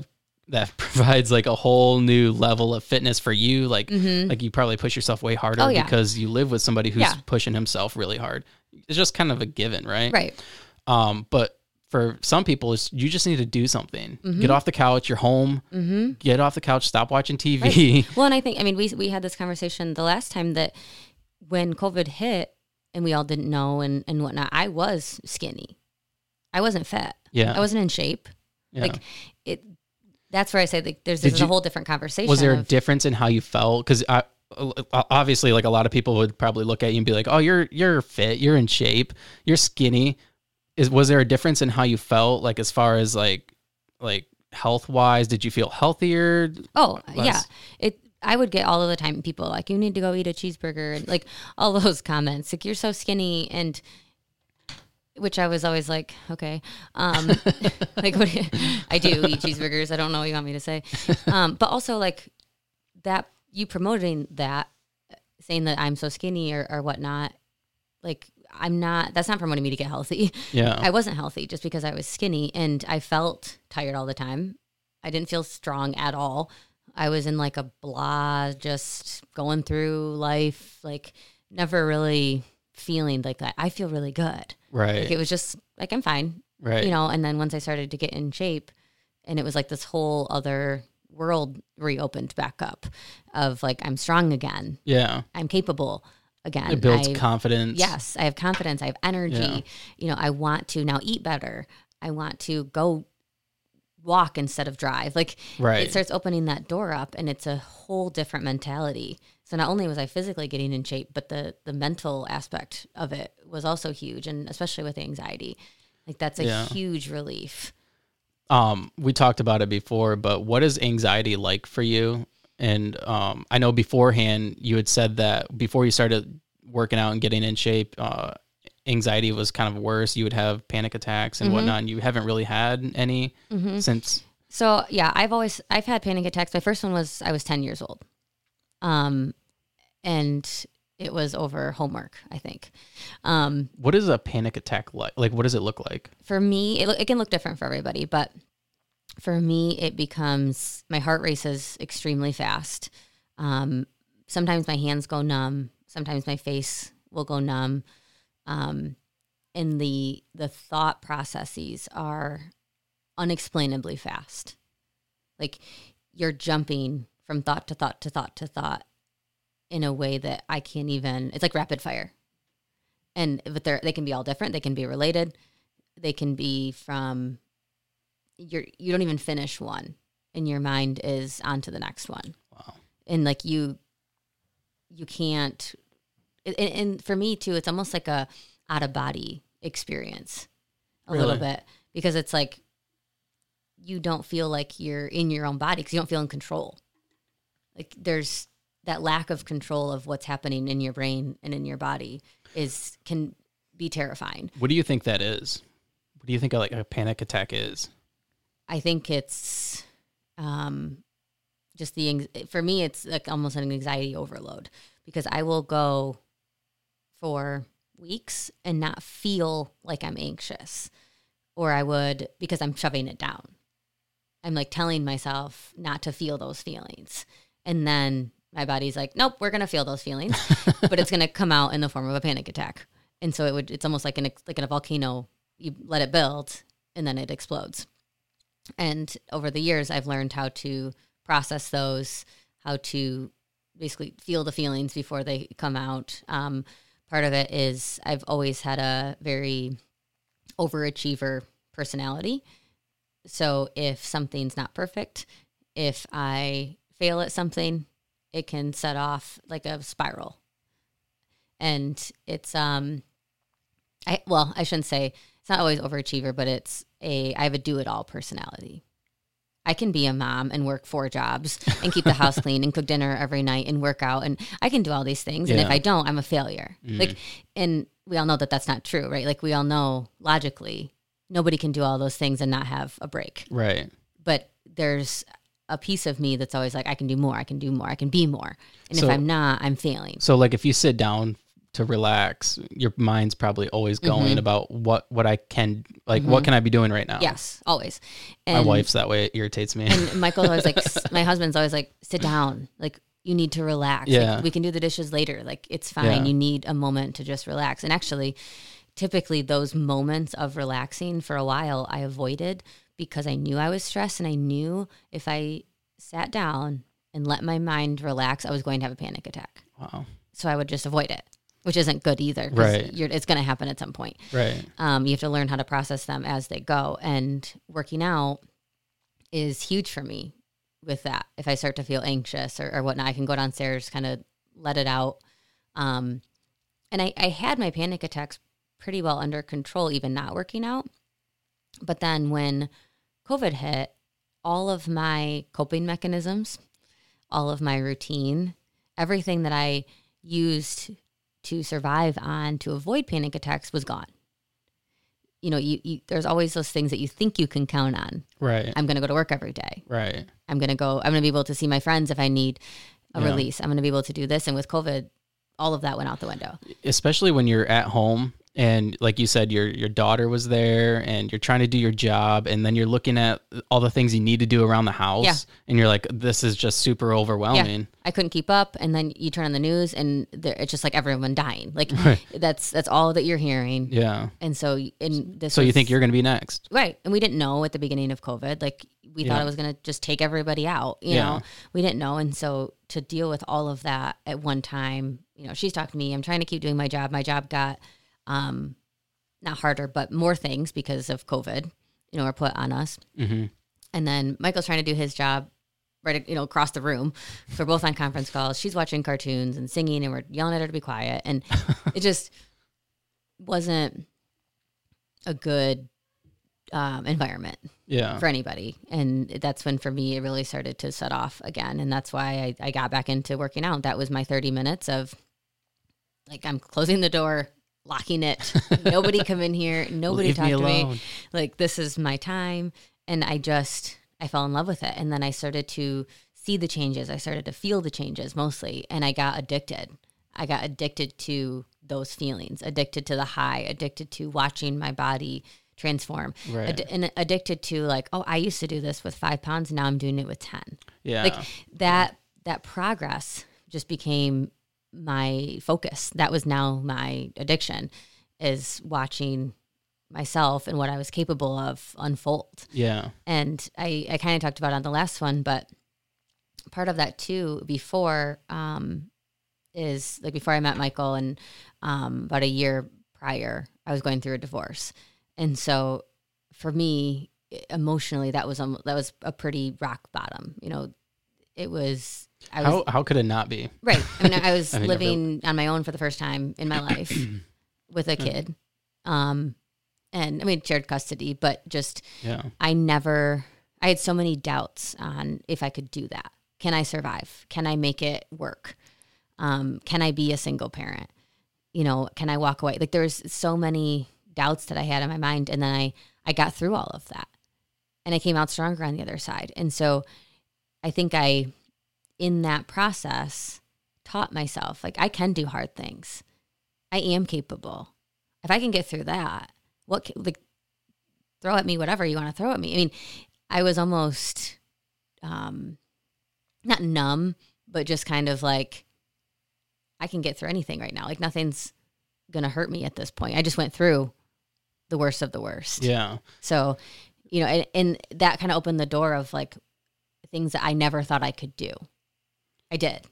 S1: that provides like a whole new level of fitness for you. Like like you probably push yourself way harder
S2: Mm-hmm. Oh, yeah.
S1: because you live with somebody who's
S2: Yeah.
S1: pushing himself really hard. It's just kind of a given, right?
S2: right
S1: Um, but for some people, it's, you just need to do something.
S2: Mm-hmm.
S1: Get off the couch. You're home. Get off the couch. Stop watching TV.
S2: well and i think i mean we we had this conversation the last time that when covid hit and we all didn't know and and whatnot i was skinny i wasn't fat
S1: Yeah.
S2: i wasn't in shape
S1: Yeah.
S2: like it that's where i say like there's,
S1: Did
S2: there's
S1: you-
S2: a whole different conversation
S1: was there a
S2: of-
S1: difference in how you felt? Because I o- obviously, like a lot of people would probably look at you and be like, "Oh, you're you're fit. You're in shape. You're skinny." Is was there a difference in how you felt? Like as far as like like health wise, did you feel healthier?
S2: Oh yeah,
S1: less.
S2: it. I would get all of the time people like you need to go eat a cheeseburger and like all those comments like you're so skinny and which I was always like okay um like what do you- I do eat cheeseburgers I don't know what you want me to say um but also like that you promoting that saying that I'm so skinny or, or whatnot like I'm not that's not promoting me to get healthy
S1: Yeah.
S2: I wasn't healthy just because I was skinny and I felt tired all the time. I didn't feel strong at all. I was in like a blah, just going through life, like never really feeling like I, I feel really good.
S1: right.
S2: Like it was just like I'm fine,
S1: right.
S2: you know. And then once I started to get in shape, and it was like this whole other world reopened back up of like I'm strong again,
S1: yeah.
S2: I'm capable again.
S1: It builds
S2: I-
S1: confidence.
S2: Yes, I have confidence. I have energy.
S1: Yeah.
S2: You know, I want to now eat better. I want to go walk instead of drive. Like
S1: Right.
S2: it starts opening that door up and it's a whole different mentality. So not only was I physically getting in shape, but the the mental aspect of it was also huge and especially with anxiety. Like that's a
S1: Yeah.
S2: huge relief.
S1: Um, we talked about it before, but what is anxiety like for you? And um, I know beforehand you had said that before you started working out and getting in shape, uh, anxiety was kind of worse. You would have panic attacks and
S2: Mhm.
S1: whatnot. And you haven't really had any
S2: hmm
S1: since.
S2: So yeah, I've always I've had panic attacks. My first one was I was ten years old, um, and it was over homework. I think. Um,
S1: What is a panic attack like? Like, what does it look like?
S2: for me, it, lo- it can look different for everybody, but for me, it becomes my heart races extremely fast. Um, sometimes my hands go numb. Sometimes my face will go numb. Um, and the the thought processes are unexplainably fast. Like you're jumping from thought to thought to thought to thought in a way that I can't even. It's like rapid fire, and but they're they can be all different. They can be related they can be from you're you don't even finish one and your mind is on to the next one
S1: Wow.
S2: and like you you can't and, and for me too it's almost like a out of body experience a little
S1: Really?
S2: bit because it's like you don't feel like you're in your own body because you don't feel in control like there's that lack of control of what's happening in your brain and in your body is can be terrifying
S1: What do you think that is? What do you think a, like a panic attack is?
S2: I think it's um, just the anx- for me, it's like almost an anxiety overload because I will go for weeks and not feel like I'm anxious, or I would because I'm shoving it down. I'm like telling myself not to feel those feelings, and then my body's like, "Nope, we're gonna feel those feelings," but it's gonna come out in the form of a panic attack, and so it would. It's almost like an ex- like in a volcano, you let it build, and then it explodes and over the years i've learned how to process those how to basically feel the feelings before they come out um, part of it is i've always had a very overachiever personality so if something's not perfect if i fail at something it can set off like a spiral and it's um I well, I shouldn't say it's not always overachiever, but it's a I have a do it all personality. I can be a mom and work four jobs and keep the house clean and cook dinner every night and work out and I can do all these things. And if
S1: Yeah.
S2: I don't, I'm a failure. Like, and we all know that that's not true, right? Like we all know logically nobody can do all those things and not have a break.
S1: Right.
S2: But there's a piece of me that's always like, I can do more, I can do more, I can be more. And
S1: So-
S2: if I'm not, I'm failing.
S1: So like if you sit down to relax, your mind's probably always going
S2: Mm-hmm.
S1: about what what I can like what can I be doing right now.
S2: Yes, always. And
S1: My wife's that way. It irritates me.
S2: And Michael's always like, s- my husband's always like, sit down. Like, you need to relax. Like,
S1: Yeah.
S2: we can do the dishes later. Like, it's fine.
S1: Yeah.
S2: You need a moment to just relax. And actually, typically, those moments of relaxing for a while I avoided because I knew I was stressed and I knew if I sat down and let my mind relax, I was going to have a panic attack.
S1: wow.
S2: So I would just avoid it, which isn't good either. 'cause
S1: Right.
S2: You're, it's going to happen at some point
S1: Right.
S2: um, you have to learn how to process them as they go and working out is huge for me with that if i start to feel anxious or, or whatnot i can go downstairs kind of let it out um, and I, I had my panic attacks pretty well under control even not working out but then when covid hit all of my coping mechanisms all of my routine everything that i used to survive on to avoid panic attacks was gone you know, you, you there's always those things that you think you can count on.
S1: Right.
S2: I'm going to go to work every day.
S1: right.
S2: I'm going to go. I'm going to be able to see my friends if I need a
S1: Yeah.
S2: release. I'm going to be able to do this. And with COVID, all of that went out the window.
S1: Especially when you're at home and like you said your your daughter was there and you're trying to do your job and then you're looking at all the things you need to do around the house
S2: Yeah.
S1: and you're like this is just super overwhelming.
S2: I couldn't keep up, and then you turn on the news, and there, it's just like everyone dying. Like
S1: Right.
S2: that's that's all that you're hearing.
S1: Yeah.
S2: And so, y- and this
S1: So you
S2: was-
S1: think you're going to be next.
S2: right and we didn't know at the beginning of covid like we thought
S1: Yeah.
S2: it was going to just take everybody out you
S1: Yeah.
S2: know we didn't know and so to deal with all of that at one time you know she's talking to me i'm trying to keep doing my job my job got um not harder but more things because of covid you know are put on us
S1: Mhm.
S2: and then michael's trying to do his job right you know across the room we're both on conference calls she's watching cartoons and singing and we're yelling at her to be quiet and it just wasn't a good um, environment
S1: Yeah.
S2: for anybody. And that's when for me it really started to set off again. And that's why I, I got back into working out. That was my 30 minutes of like I'm closing the door, locking it. Nobody come in here. Nobody
S1: Leave
S2: talk
S1: me
S2: to
S1: alone.
S2: me. Like this is my time. And I just I fell in love with it. And then I started to see the changes. I started to feel the changes mostly. And I got addicted. I got addicted to those feelings, addicted to the high, addicted to watching my body transform
S1: Right.
S2: Ad- and addicted to like oh i used to do this with five pounds now i'm doing it with ten
S1: yeah.
S2: like that that progress just became my focus that was now my addiction is watching myself and what i was capable of unfold
S1: yeah.
S2: and i i kind of talked about it on the last one but part of that too before um is like before i met michael and um about a year prior i was going through a divorce and so for me emotionally that was um, that was a pretty rock bottom you know it was i was
S1: How how could it not be?
S2: Right. I mean, I was
S1: I think I feel-
S2: living on my own for the first time in my life with a kid. Um, and I mean, shared custody, but just
S1: Yeah.
S2: I never, I had so many doubts on if I could do that. Can I survive? Can I make it work? Um, can I be a single parent? You know, can I walk away? Like there was so many doubts that I had in my mind, and then I I got through all of that, and I came out stronger on the other side. And so, I think I, in that process, taught myself like I can do hard things. I am capable. If I can get through that, what ca- like throw at me whatever you want to throw at me. I mean, I was almost um not numb, but just kind of like I can get through anything right now. Like nothing's going to hurt me at this point. I just went through the worst of the worst.
S1: Yeah.
S2: So, you know, and, and that kind of opened the door of like things that I never thought I could do. I did.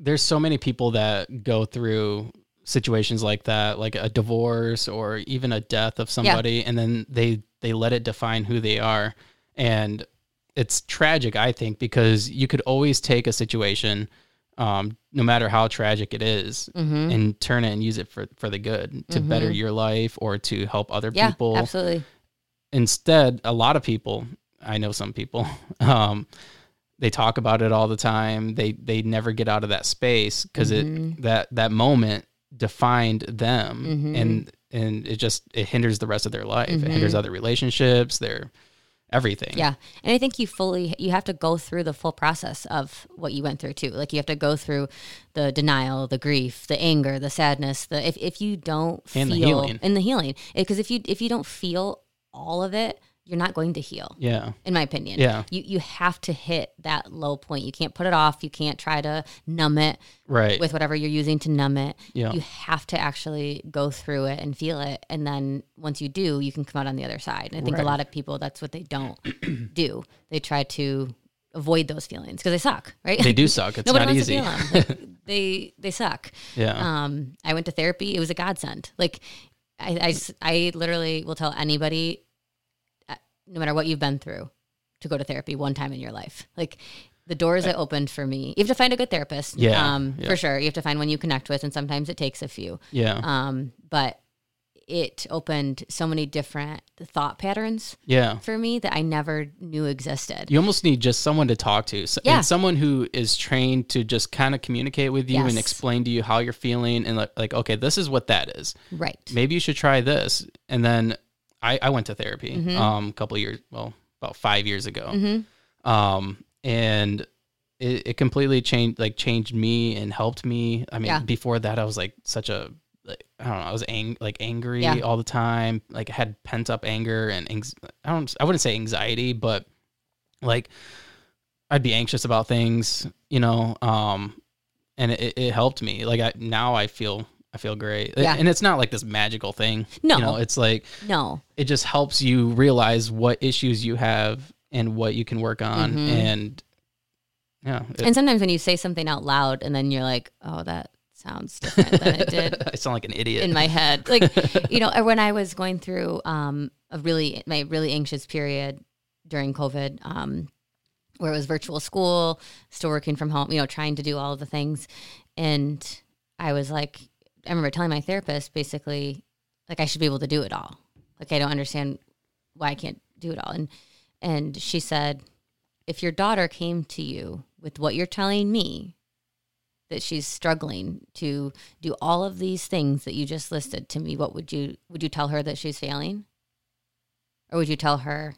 S1: There's so many people that go through situations like that, like a divorce or even a death of somebody, and then they they let it define who they are, and it's tragic, I think, because you could always take a situation, um, no matter how tragic it is,
S2: Mhm.
S1: and turn it and use it for for the good to better your life or to help other
S2: Yeah,
S1: people.
S2: absolutely.
S1: instead a lot of people i know some people um they talk about it all the time they they never get out of that space because
S2: Mm-hmm.
S1: it that that moment defined them
S2: Mhm.
S1: and and it just it hinders the rest of their life it hinders other relationships their everything
S2: Mm-hmm. Yeah. And I think you fully you have to go through the full process of what you went through too. Like you have to go through the denial, the grief, the anger, the sadness, the if if you don't
S1: And the
S2: feel
S1: healing.
S2: and the healing. Because if you if you don't feel all of it, you're not going to heal
S1: yeah
S2: in my opinion.
S1: Yeah.
S2: You you have to hit that low point. You can't put it off. You can't try to numb it
S1: right
S2: with whatever you're using to numb it.
S1: Yeah.
S2: You have to actually go through it and feel it. And then once you do, you can come out on the other side. And I think
S1: Right.
S2: a lot of people, that's what they don't do. They try to avoid those feelings because they suck, right?
S1: they do suck it's
S2: Nobody
S1: not
S2: wants
S1: easy
S2: to feel them. Like, they, they suck.
S1: yeah
S2: Um, I went to therapy. It was a godsend. Like, I, I s- I literally will tell anybody, uh, no matter what you've been through, to go to therapy one time in your life. Like, the doors that opened for me. You have to find a good therapist,
S1: Uh, Yeah,
S2: um,
S1: yeah. Uh-huh.
S2: for sure. You have to find one you connect with, and sometimes it takes a few.
S1: yeah
S2: Um, but it opened so many different thought patterns
S1: yeah
S2: for me that I never knew existed.
S1: you almost need just someone to talk to so,
S2: Yeah.
S1: and someone who is trained to just kind of communicate with you and
S2: Yes.
S1: explain to you how you're feeling and like, like okay this is what that is
S2: Right.
S1: maybe you should try this. And then I, I went to therapy um, a couple of years, well, about five years ago.
S2: Mm-hmm.
S1: Um, and it, it completely changed, like changed me and helped me. I mean,
S2: Yeah.
S1: before that, I was like such a, like, I don't know, I was ang- like angry
S2: Yeah.
S1: all the time. Like I had pent up anger and anx- I don't, I wouldn't say anxiety, but like I'd be anxious about things, you know, um, and it, it helped me. Like I, now I feel, I feel great.
S2: Yeah.
S1: And it's not like this magical thing.
S2: No.
S1: You know, it's like,
S2: No.
S1: it just helps you realize what issues you have and what you can work on.
S2: Mhm.
S1: And yeah, it,
S2: And sometimes when you say something out loud and then you're like, oh, that sounds different than it did
S1: I sound like an idiot.
S2: in my head. Like, you know, uh, when I was going through um, a really my really anxious period during COVID, um, where it was virtual school, still working from home, you know, trying to do all the things, and I was like, I remember telling my therapist basically, like, I should be able to do it all. Like, I don't understand why I can't do it all. And and she said, if your daughter came to you with what you're telling me, that she's struggling to do all of these things that you just listed to me, what would you would you tell her that she's failing? Or would you tell her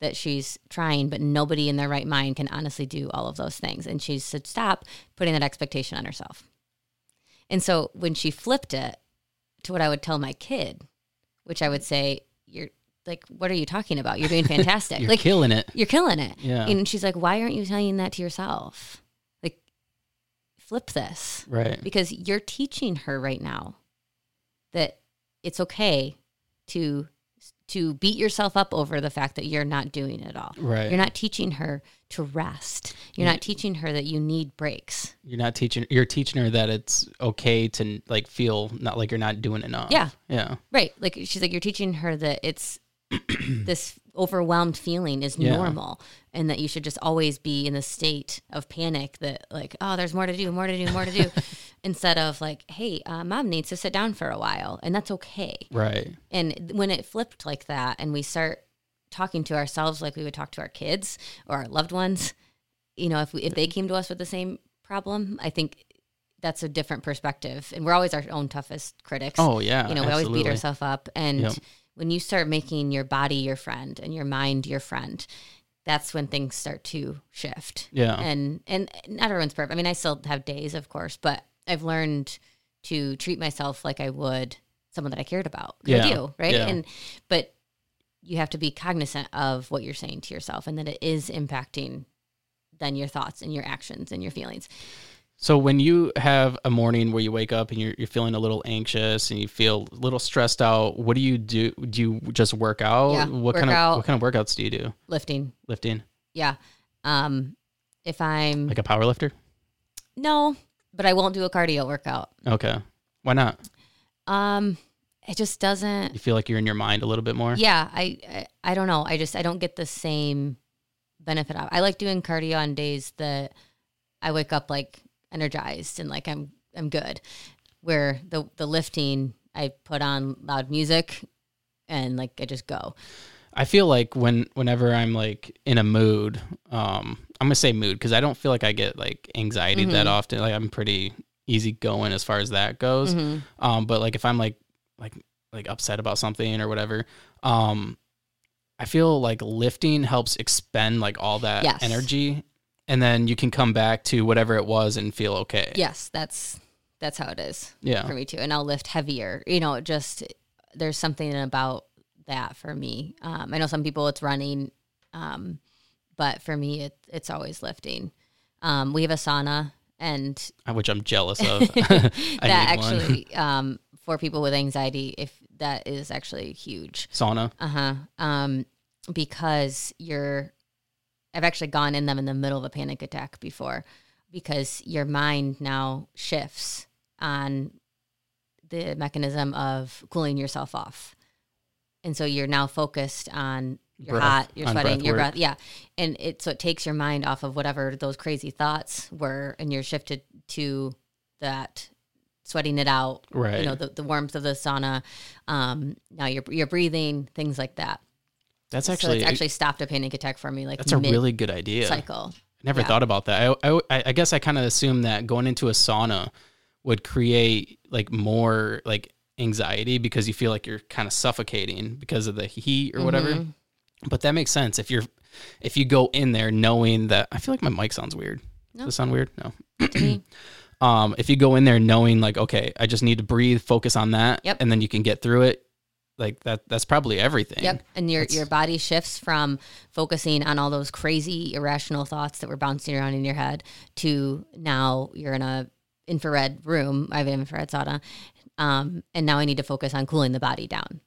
S2: that she's trying, but nobody in their right mind can honestly do all of those things. And she should stop putting that expectation on herself. And so when she flipped it to what I would tell my kid, which I would say, You're like, what are you talking about? You're doing fantastic.
S1: You're
S2: like
S1: killing it.
S2: you're killing it.
S1: Yeah.
S2: And she's like, Why aren't you telling that to yourself? Like, flip this
S1: Right.
S2: because you're teaching her right now that it's okay to to beat yourself up over the fact that you're not doing it all.
S1: Right.
S2: You're not teaching her to rest. You're not teaching her that you need breaks.
S1: You're not teaching. You're teaching her that it's okay to like feel not like you're not doing enough.
S2: Yeah.
S1: Yeah.
S2: Right. Like she's like you're teaching her that it's this overwhelmed feeling is
S1: Yeah.
S2: normal and that you should just always be in the state of panic that like oh there's more to do, more to do, more to do instead of like hey, uh, mom needs to sit down for a while and that's okay.
S1: Right.
S2: And when it flipped like that, and we start talking to ourselves like we would talk to our kids or our loved ones, you know, if we, if they came to us with the same problem, I think that's a different perspective. And we're always our own toughest critics.
S1: Oh yeah.
S2: you know, we
S1: absolutely.
S2: always beat ourselves up. And
S1: Yep.
S2: when you start making your body your friend and your mind your friend, that's when things start to shift
S1: Yeah.
S2: and and not everyone's perfect. I mean, I still have days, of course, but I've learned to treat myself like I would someone that I cared about. 'Cause I
S1: Yeah.
S2: do, right?
S1: Yeah.
S2: And but you have to be cognizant of what you're saying to yourself, and that it is impacting then your thoughts and your actions and your feelings.
S1: So when you have a morning where you wake up and you're, you're feeling a little anxious and you feel a little stressed out, what do you do? Do you just work out?
S2: Yeah,
S1: what kind
S2: workout.
S1: of what kind of workouts do you do?
S2: Lifting,
S1: Lifting,
S2: yeah. Um, if I'm
S1: like a power lifter?
S2: no, but I won't do a cardio workout.
S1: Okay. Why not?
S2: Um, it just doesn't.
S1: You feel like you're in your mind a little bit more.
S2: Yeah, I, I I don't know. I just I don't get the same benefit out. I like doing cardio on days that I wake up like energized and like I'm I'm good. Where the the lifting, I put on loud music and like I just go.
S1: I feel like when whenever I'm like in a mood, um, I'm gonna say mood because I don't feel like I get like anxiety
S2: Mm-hmm.
S1: that often. Like I'm pretty easygoing as far as that goes.
S2: Mm-hmm.
S1: Um, but like if I'm like like like upset about something or whatever, um, I feel like lifting helps expend like all that
S2: Yes.
S1: energy, and then you can come back to whatever it was and feel okay.
S2: Yes, that's that's how it is
S1: Yeah.
S2: for me too. And I'll lift heavier. You know, it just there's something about that for me. Um, I know some people it's running, um, but for me it, it's always lifting. Um, we have a sauna, and
S1: Which I'm jealous of. I
S2: that
S1: need one.
S2: actually um, for people with anxiety, if that is actually huge.
S1: sauna.
S2: Uh huh. Um, because you're, I've actually gone in them in the middle of a panic attack before, because your mind now shifts on the mechanism of cooling yourself off, and so you're now focused on you're
S1: Breath,
S2: hot, you're
S1: on
S2: sweating,
S1: breath
S2: your
S1: work.
S2: breath, yeah, and it so it takes your mind off of whatever those crazy thoughts were, and you're shifted to that sweating it out
S1: Right.
S2: you know the, the warmth of the sauna um now you're, you're breathing things like that
S1: that's
S2: so
S1: actually
S2: it's actually stopped a panic attack for me like
S1: that's a really good idea.
S2: cycle
S1: Never
S2: Yeah.
S1: thought about that. I, I, I guess I kind of assumed that going into a sauna would create like more like anxiety because you feel like you're kind of suffocating because of the heat or whatever.
S2: Mm-hmm.
S1: But that makes sense if you're if you go in there knowing that I feel like my mic sounds weird.
S2: No.
S1: Does it sound weird? No.
S2: to me
S1: Um, if you go in there knowing like okay, I just need to breathe, focus on that,
S2: Yep.
S1: and then you can get through it. Like that. That's probably everything.
S2: yep and your
S1: That's-
S2: your body shifts from focusing on all those crazy irrational thoughts that were bouncing around in your head to now you're in a infrared room i have an infrared sauna um and now i need to focus on cooling the body down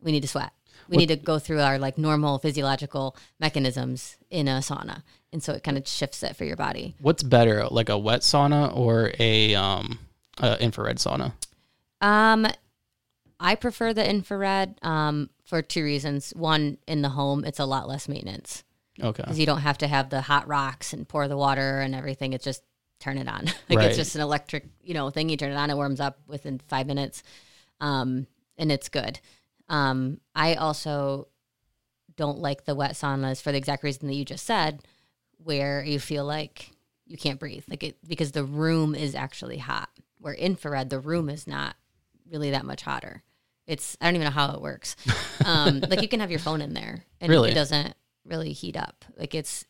S2: we need to sweat we
S1: What-
S2: need to go through our like normal physiological mechanisms in a sauna and so it kind of shifts it for your body
S1: What's better, like a wet sauna or a um uh, infrared sauna?
S2: Um, I prefer the infrared um, for two reasons. One, in the home, it's a lot less maintenance
S1: Okay.
S2: because you don't have to have the hot rocks and pour the water and everything. It's just turn it on. like
S1: Right.
S2: it's just an electric, you know, thing. You turn it on, it warms up within five minutes, um, and it's good. Um, I also don't like the wet saunas for the exact reason that you just said, where you feel like you can't breathe, like it because the room is actually hot. Where infrared, the room is not really that much hotter. It's I don't even know how it works. Um, like you can have your phone in there and
S1: Really?
S2: it doesn't really heat up. Like it's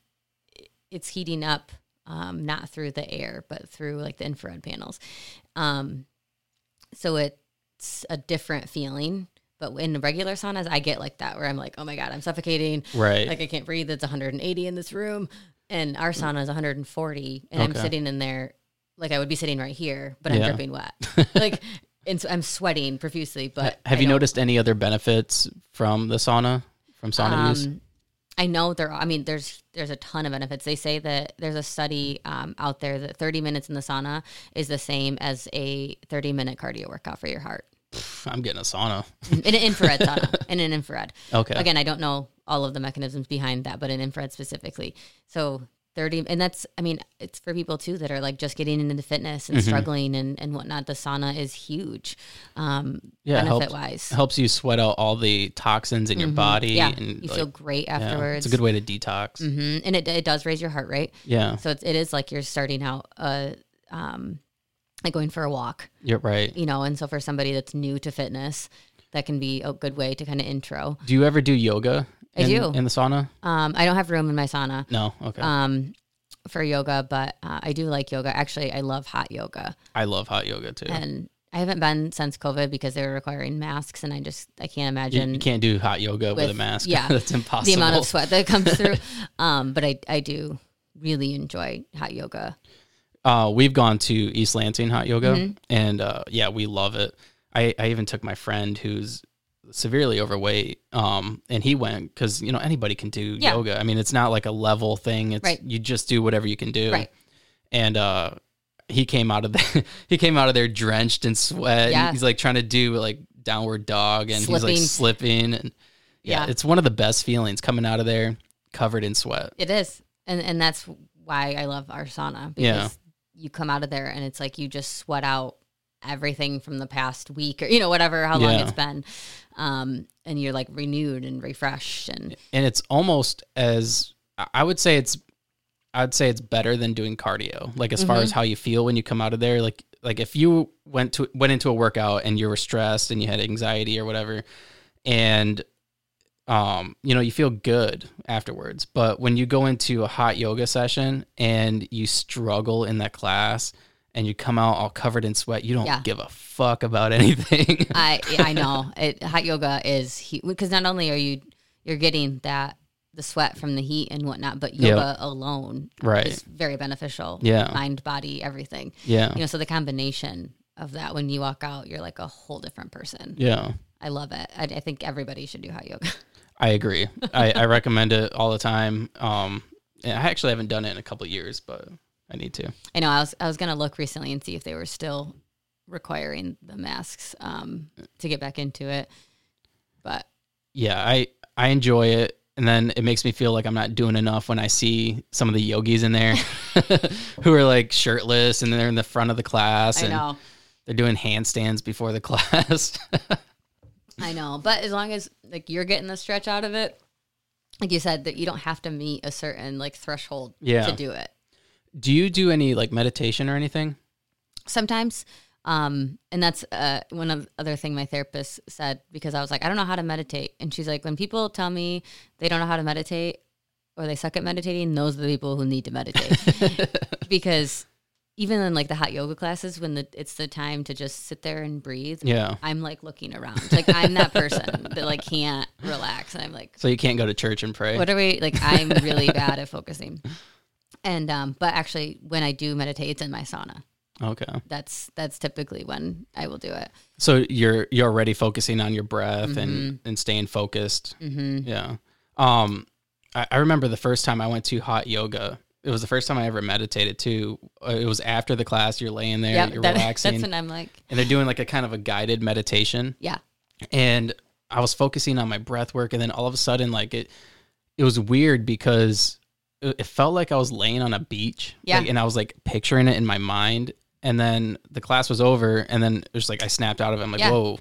S2: it's heating up um, not through the air but through like the infrared panels. Um, so it's a different feeling. But in regular saunas, I get like that where I'm like, oh my god, I'm suffocating.
S1: Right. Mm.
S2: Like I can't breathe. It's 180 in this room, and our sauna is 140, and I'm
S1: Okay.
S2: sitting in there like I would be sitting right here, but I'm
S1: Yeah.
S2: dripping wet. like, and so I'm sweating profusely. But
S1: Have
S2: I
S1: you
S2: don't-
S1: noticed any other benefits from the sauna, from sauna use?
S2: um, I know there. I mean, there's there's a ton of benefits. They say that there's a study um, out there that 30 minutes in the sauna is the same as a 30 minute cardio workout for your heart
S1: I'm getting a sauna.
S2: in an infrared sauna. In an infrared.
S1: Okay.
S2: Again, I don't know all of the mechanisms behind that, but in infrared specifically. So 30, and that's, I mean, it's for people too that are like just getting into fitness
S1: Mm-hmm.
S2: and struggling and, and whatnot. The sauna is huge, um,
S1: Yeah, it helps.
S2: benefit wise.
S1: Helps you sweat out all the toxins in your body.
S2: Mm-hmm. Yeah.
S1: And
S2: you
S1: like,
S2: feel great
S1: yeah,
S2: afterwards.
S1: it's a good way to detox.
S2: Mhm. And it, it does raise your heart rate.
S1: Yeah.
S2: So it's, it is like you're starting out, uh, um, like going for a walk,
S1: You're right.
S2: you know, and so for somebody that's new to fitness, that can be a good way to kind of intro.
S1: Do you ever do yoga?
S2: I
S1: in,
S2: do.
S1: in the sauna.
S2: Um, I don't have room in my sauna,
S1: No. Okay.
S2: um, for yoga, but uh, I do like yoga. Actually, I love hot yoga,
S1: I love hot yoga too.
S2: and I haven't been since COVID because they were requiring masks, and I just I can't
S1: You,
S2: imagine
S1: you can't do hot yoga with, a
S2: with-
S1: mask.
S2: yeah.
S1: that's impossible.
S2: the amount of sweat that comes through. um, but I I do really enjoy hot yoga.
S1: uh, we've gone to East Lansing hot yoga,
S2: Mm-hmm.
S1: and uh, yeah, we love it. I, I even took my friend who's severely overweight, um, and he went because you know anybody can do
S2: Yeah.
S1: yoga. I mean, it's not like a level thing. It's
S2: Right.
S1: you just do whatever you can do.
S2: Right.
S1: And uh, he came out of the, he came out of there drenched in sweat. and
S2: Yeah.
S1: he's like trying to do like downward dog, and he's
S2: Slipping.
S1: like slipping, and yeah,
S2: Yeah.
S1: it's one of the best feelings coming out of there covered in sweat.
S2: It is, and and that's why I love our sauna because
S1: Yeah.
S2: you come out of there and it's like you just sweat out everything from the past week or you know whatever how long
S1: Yeah.
S2: it's been, um, and you're like renewed and refreshed and
S1: and it's almost as I- I would say it's I'd say it's better than doing cardio. Like as
S2: Mm-hmm.
S1: far as how you feel when you come out of there, like like if you went to went into a workout and you were stressed and you had anxiety or whatever, and um you know you feel good afterwards. But when you go into a hot yoga session and you struggle in that class and you come out all covered in sweat, you don't
S2: Yeah.
S1: give a fuck about anything.
S2: I I know it, hot yoga is heat because not only are you you're getting that the sweat from the heat and whatnot, but
S1: Yeah.
S2: yoga alone
S1: Right.
S2: is very beneficial.
S1: Yeah.
S2: mind, body, everything.
S1: yeah.
S2: You know, so the combination of that when you walk out, you're like a whole different person.
S1: Yeah.
S2: I love it. I, I think everybody should do hot yoga.
S1: I agree. I, I recommend it all the time. Um, and I actually haven't done it in a couple of years, but I need to.
S2: I know. I was I was gonna look recently and see if they were still requiring the masks um, to get back into it, but
S1: Yeah, I I enjoy it, and then it makes me feel like I'm not doing enough when I see some of the yogis in there who are like shirtless and they're in the front of the class
S2: I
S1: and
S2: know.
S1: they're doing handstands before the class.
S2: I know, but as long as like you're getting the stretch out of it, like you said, that you don't have to meet a certain like threshold
S1: Yeah.
S2: to do it.
S1: do you do any like meditation or anything?
S2: Sometimes, um, and that's uh, one of- other thing my therapist said because I was like, I don't know how to meditate, and she's like, when people tell me they don't know how to meditate or they suck at meditating, those are the people who need to meditate because even in like the hot yoga classes when the it's the time to just sit there and breathe.
S1: Yeah.
S2: I'm like looking around. Like I'm that person that like can't relax and I'm like
S1: So you can't go to church and pray.
S2: what are we like? I'm really bad at focusing. And um, but actually, when I do meditate, it's in my sauna.
S1: Okay.
S2: That's that's typically when I will do it.
S1: So you're you're already focusing on your breath
S2: Mm-hmm.
S1: and and staying focused.
S2: hmm
S1: Yeah. Um, I, I remember the first time I went to hot yoga. It was the first time I ever meditated too. Uh, It was after the class. You're laying there,
S2: Yeah,
S1: you're
S2: that-
S1: relaxing,
S2: that's when I'm like,
S1: and they're doing like a kind of a guided meditation.
S2: yeah,
S1: And I was focusing on my breath work, and then all of a sudden, like it, it was weird because it, it felt like I was laying on a beach.
S2: Yeah.
S1: like, and I was like picturing it in my mind, and then the class was over, and then it was like I snapped out of it. I'm like,
S2: Yeah.
S1: whoa.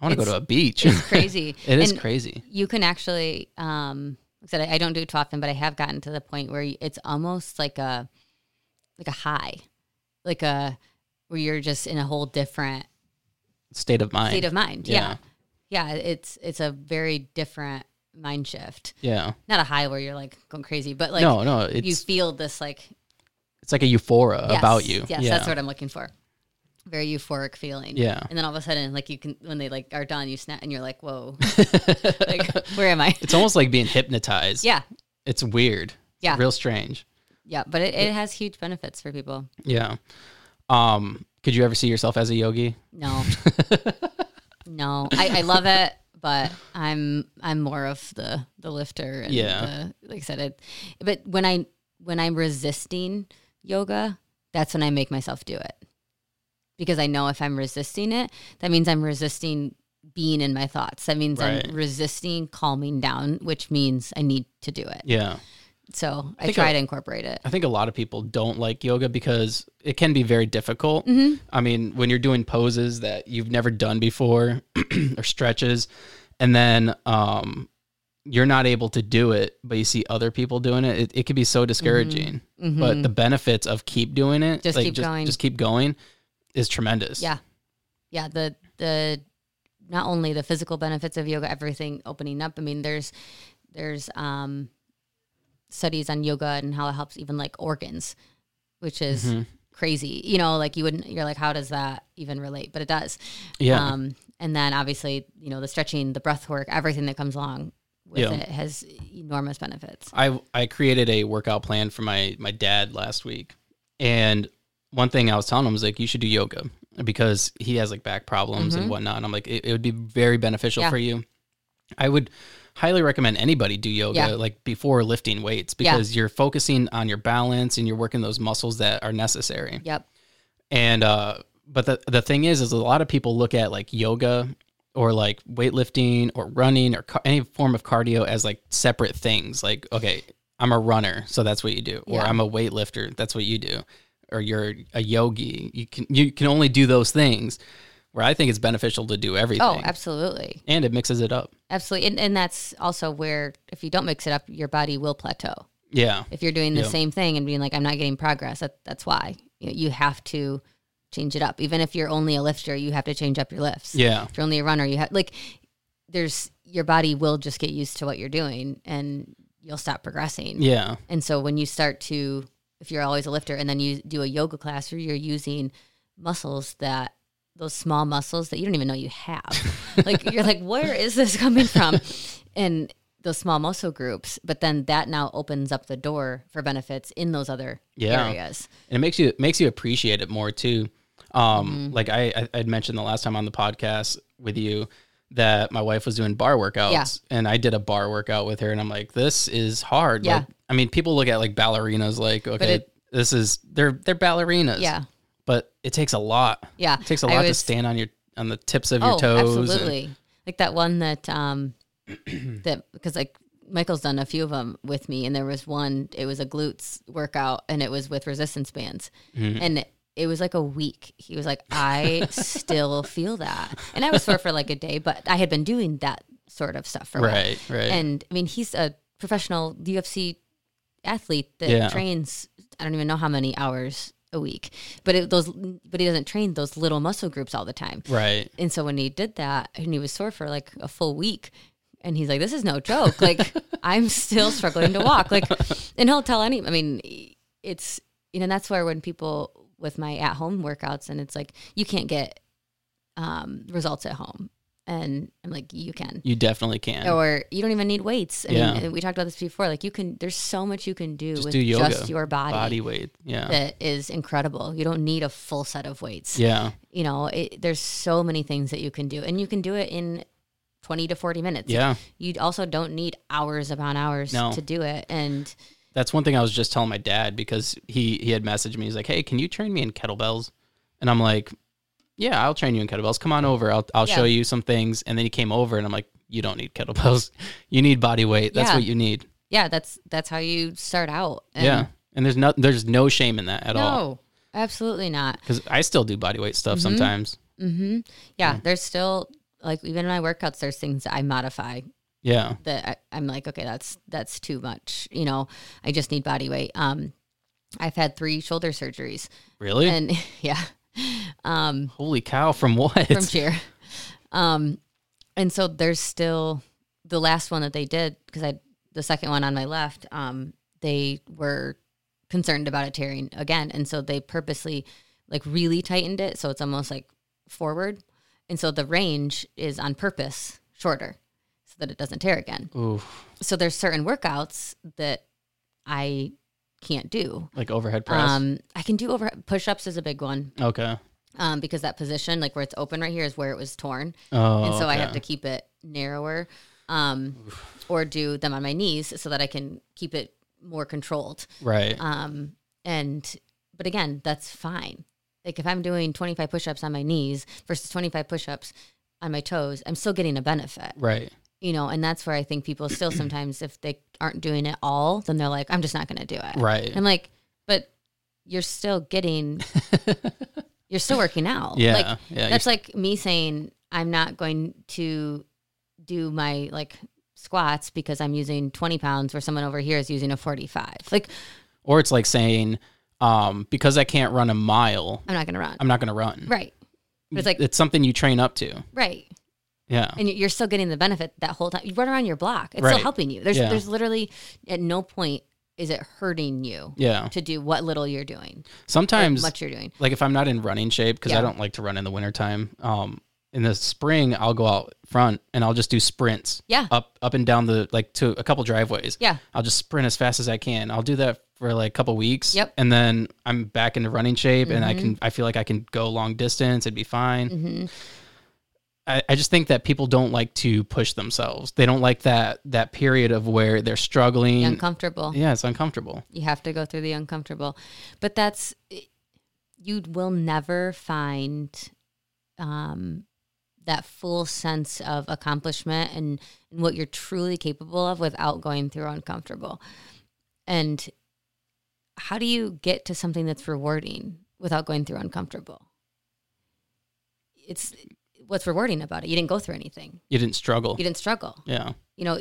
S1: I want to go
S2: It's-
S1: to a beach.
S2: It's crazy.
S1: It is
S2: And
S1: crazy.
S2: You can actually, um, like I said, I don't do it too often, but I have gotten to the point where it's almost like a, like a high, like a, where you're just in a whole different
S1: State of mind.
S2: state of mind. Yeah. yeah. It's, it's a very different mind shift.
S1: yeah.
S2: Not a high where you're like going crazy, but like
S1: no, no.
S2: you
S1: It's
S2: feel this like
S1: it's like a euphoria
S2: yes,
S1: about you.
S2: Yes.
S1: yeah.
S2: That's what I'm looking for. Very euphoric feeling.
S1: Yeah.
S2: And then all of a sudden, like you can, when they like are done, you snap and you're like, whoa, like where am I?
S1: It's almost like being hypnotized.
S2: Yeah.
S1: It's weird. It's
S2: Yeah.
S1: real strange.
S2: Yeah, but it, it has huge benefits for people.
S1: Yeah. Um, could you ever see yourself as a yogi?
S2: No. no. I, I love it, but I'm I'm more of the the lifter and
S1: Yeah.
S2: the, like I said it but when I when I'm resisting yoga, that's when I make myself do it. Because I know if I'm resisting it, that means I'm resisting being in my thoughts. That means
S1: Right.
S2: I'm resisting calming down, which means I need to do it.
S1: Yeah.
S2: So I,
S1: think
S2: try
S1: I-
S2: to incorporate it.
S1: I think a lot of people don't like yoga because it can be very difficult.
S2: Mm-hmm.
S1: I mean, when you're doing poses that you've never done before or stretches, and then um, you're not able to do it, but you see other people doing it, it, it can be so discouraging. But the benefits of keep doing it,
S2: Mm-hmm. Just keep going.
S1: just keep going, is tremendous.
S2: Yeah. yeah the the not only the physical benefits of yoga everything opening up i mean there's there's um studies on yoga and how it helps even like organs which is
S1: Mm-hmm.
S2: crazy you know like you wouldn't you're like how does that even relate but it does
S1: Yeah.
S2: um and then obviously you know the stretching the breath work everything that comes along with
S1: Yeah.
S2: it has enormous benefits
S1: I I created a workout plan for my my dad last week, and one thing I was telling him was like, you should do yoga because he has like back problems and whatnot. And I'm like, it, it would be very beneficial
S2: Mm-hmm. Yeah.
S1: for you. I would highly recommend anybody do yoga
S2: Yeah.
S1: like before lifting weights because you're focusing on your balance and you're working those muscles that are necessary.
S2: yep
S1: And uh but the the thing is is a lot of people look at like yoga or like weightlifting or running or ca- any form of cardio as like separate things. Like okay, I'm a runner, so that's what you do. Or
S2: Yeah.
S1: I'm a weightlifter, that's what you do. Or you're a yogi. You can you can only do those things. Where I think it's beneficial to do everything.
S2: oh absolutely
S1: and it mixes it up.
S2: absolutely and, and that's also where if you don't mix it up your body will plateau
S1: Yeah.
S2: if you're doing the
S1: Yeah.
S2: same thing and being like, I'm not getting progress, that, that's why you, you have to change it up. Even if you're only a lifter, you have to change up your lifts.
S1: Yeah.
S2: If you're only a runner, you have like, there's your body will just get used to what you're doing and you'll stop progressing.
S1: Yeah.
S2: And so when you start to, if you're always a lifter and then you do a yoga class where you're using muscles that those small muscles that you don't even know you have, like you're like, where is this coming from? And those small muscle groups, but then that now opens up the door for benefits in those other
S1: Yeah.
S2: areas.
S1: and it makes you it makes you appreciate it more too.
S2: Mm-hmm.
S1: Um, like I, I I'd mentioned the last time on the podcast with you that my wife was doing bar workouts,
S2: Yeah.
S1: and I did a bar workout with her, and I'm like, this is hard.
S2: Yeah.
S1: Like, I mean, people look at like ballerinas, like okay,
S2: it-
S1: this is they're they're ballerinas.
S2: Yeah.
S1: but it takes a lot.
S2: Yeah.
S1: It takes a
S2: I
S1: lot to
S2: was-
S1: stand on your on the tips of
S2: Oh,
S1: your toes. and-
S2: absolutely. Like that one that um that because like Michael's done a few of them with me, and there was one. It was a glutes workout, and it was with resistance bands,
S1: Mm-hmm.
S2: and it was like a week. He was like, "I still feel that," and I was sore for like a day, but I had been doing that sort of stuff for a while.
S1: right, right.
S2: And I mean, he's a professional UFC athlete that
S1: Yeah.
S2: trains. I don't even know how many hours a week, but it, those but he doesn't train those little muscle groups all the time.
S1: Right.
S2: And so when he did that, and he was sore for like a full week, and he's like, "This is no joke. Like I'm still struggling to walk." Like, and he'll tell any. I mean, it's you know that's where when people with my at home workouts, and it's like you can't get um, results at home, and I'm like, you can.
S1: You definitely can.
S2: Or you don't even need weights. I
S1: Yeah.
S2: mean, we talked about this before. Like you can, there's so much you can do
S1: Just
S2: with
S1: do yoga.
S2: just your body,
S1: Body weight. Yeah.
S2: that is incredible. You don't need a full set of weights
S1: yeah.
S2: you know it, there's so many things that you can do and you can do it in 20 to 40 minutes
S1: Yeah.
S2: you also don't need hours upon hours
S1: No.
S2: to do it and
S1: That's one thing I was just telling my dad because he he had messaged me. He's like, "Hey, can you train me in kettlebells?" And I'm like, "Yeah, I'll train you in kettlebells. Come on over. I'll I'll
S2: Yeah.
S1: show you some things." And then he came over, and I'm like, "You don't need kettlebells. You need body weight. That's
S2: Yeah.
S1: what you need."
S2: yeah that's that's how you start out and
S1: yeah. And there's no there's no shame in that at
S2: no Mm-hmm.
S1: all
S2: absolutely not
S1: because I still do body weight stuff sometimes.
S2: yeah there's still like even my workouts, there's things I modify
S1: Yeah.
S2: that I, I'm like, okay, that's that's too much. You know, I just need body weight. Um, I've had three shoulder surgeries,
S1: Really?
S2: and yeah, um,
S1: Holy cow! From what?
S2: from cheer. Um, and so there's still the last one that they did because I the second one on my left. Um, they were concerned about it tearing again, and so they purposely like really tightened it so it's almost like forward, and so the range is on purpose shorter so that it doesn't tear again.
S1: Oof.
S2: So there's certain workouts that I can't do.
S1: Like overhead press.
S2: Um, I can do over push ups is a big one
S1: okay.
S2: um, because that position, like where it's open right here, is where it was torn
S1: Oh.
S2: and so I have
S1: okay.
S2: to keep it narrower, um, or do them on my knees so that I can keep it more controlled.
S1: Right.
S2: Um, and but again, that's fine. Like if I'm doing 25 push-ups on my knees versus 25 push-ups on my toes, I'm still getting a benefit,
S1: right.
S2: you know. And that's where I think people still sometimes, if they aren't doing it all, then they're like, I'm just not going to do it.
S1: Right.
S2: I'm like, but you're still getting, you're still working out.
S1: yeah.
S2: Like,
S1: yeah.
S2: that's like me saying I'm not going to do my like squats because I'm using 20 pounds where someone over here is using a 45. Like
S1: or it's like saying, um, because I can't run a mile,
S2: I'm not going to run.
S1: I'm not going to run.
S2: right. But it's like
S1: it's something you train up to.
S2: right.
S1: Yeah.
S2: And you- you're still getting the benefit that whole time. You run around your block. It's
S1: Right.
S2: still helping you. There's
S1: Yeah.
S2: there's literally at no point is it hurting you
S1: yeah.
S2: to do what little you're doing. or
S1: Sometimes
S2: much you're doing.
S1: like if I'm not in running shape because I
S2: Yeah.
S1: don't like to run in the wintertime. Um, in the spring, I'll go out front and I'll just do sprints.
S2: Yeah.
S1: Up up and down the like to a couple driveways.
S2: Yeah.
S1: I'll just sprint as fast as I can. I'll do that for like a couple weeks.
S2: Yep. Mm-hmm.
S1: And then I'm back into running shape and I can I feel like I can go long distance and be fine.
S2: Mhm.
S1: I, I just think that people don't like to push themselves. They don't like that that period of where they're struggling.
S2: The uncomfortable.
S1: yeah, it's uncomfortable.
S2: You have to go through the uncomfortable. But that's you will never find um that full sense of accomplishment and, and what you're truly capable of without going through uncomfortable. And how do you get to something that's rewarding without going through uncomfortable? It's what's rewarding about it. You didn't go through anything.
S1: You didn't struggle.
S2: You didn't struggle
S1: yeah.
S2: you know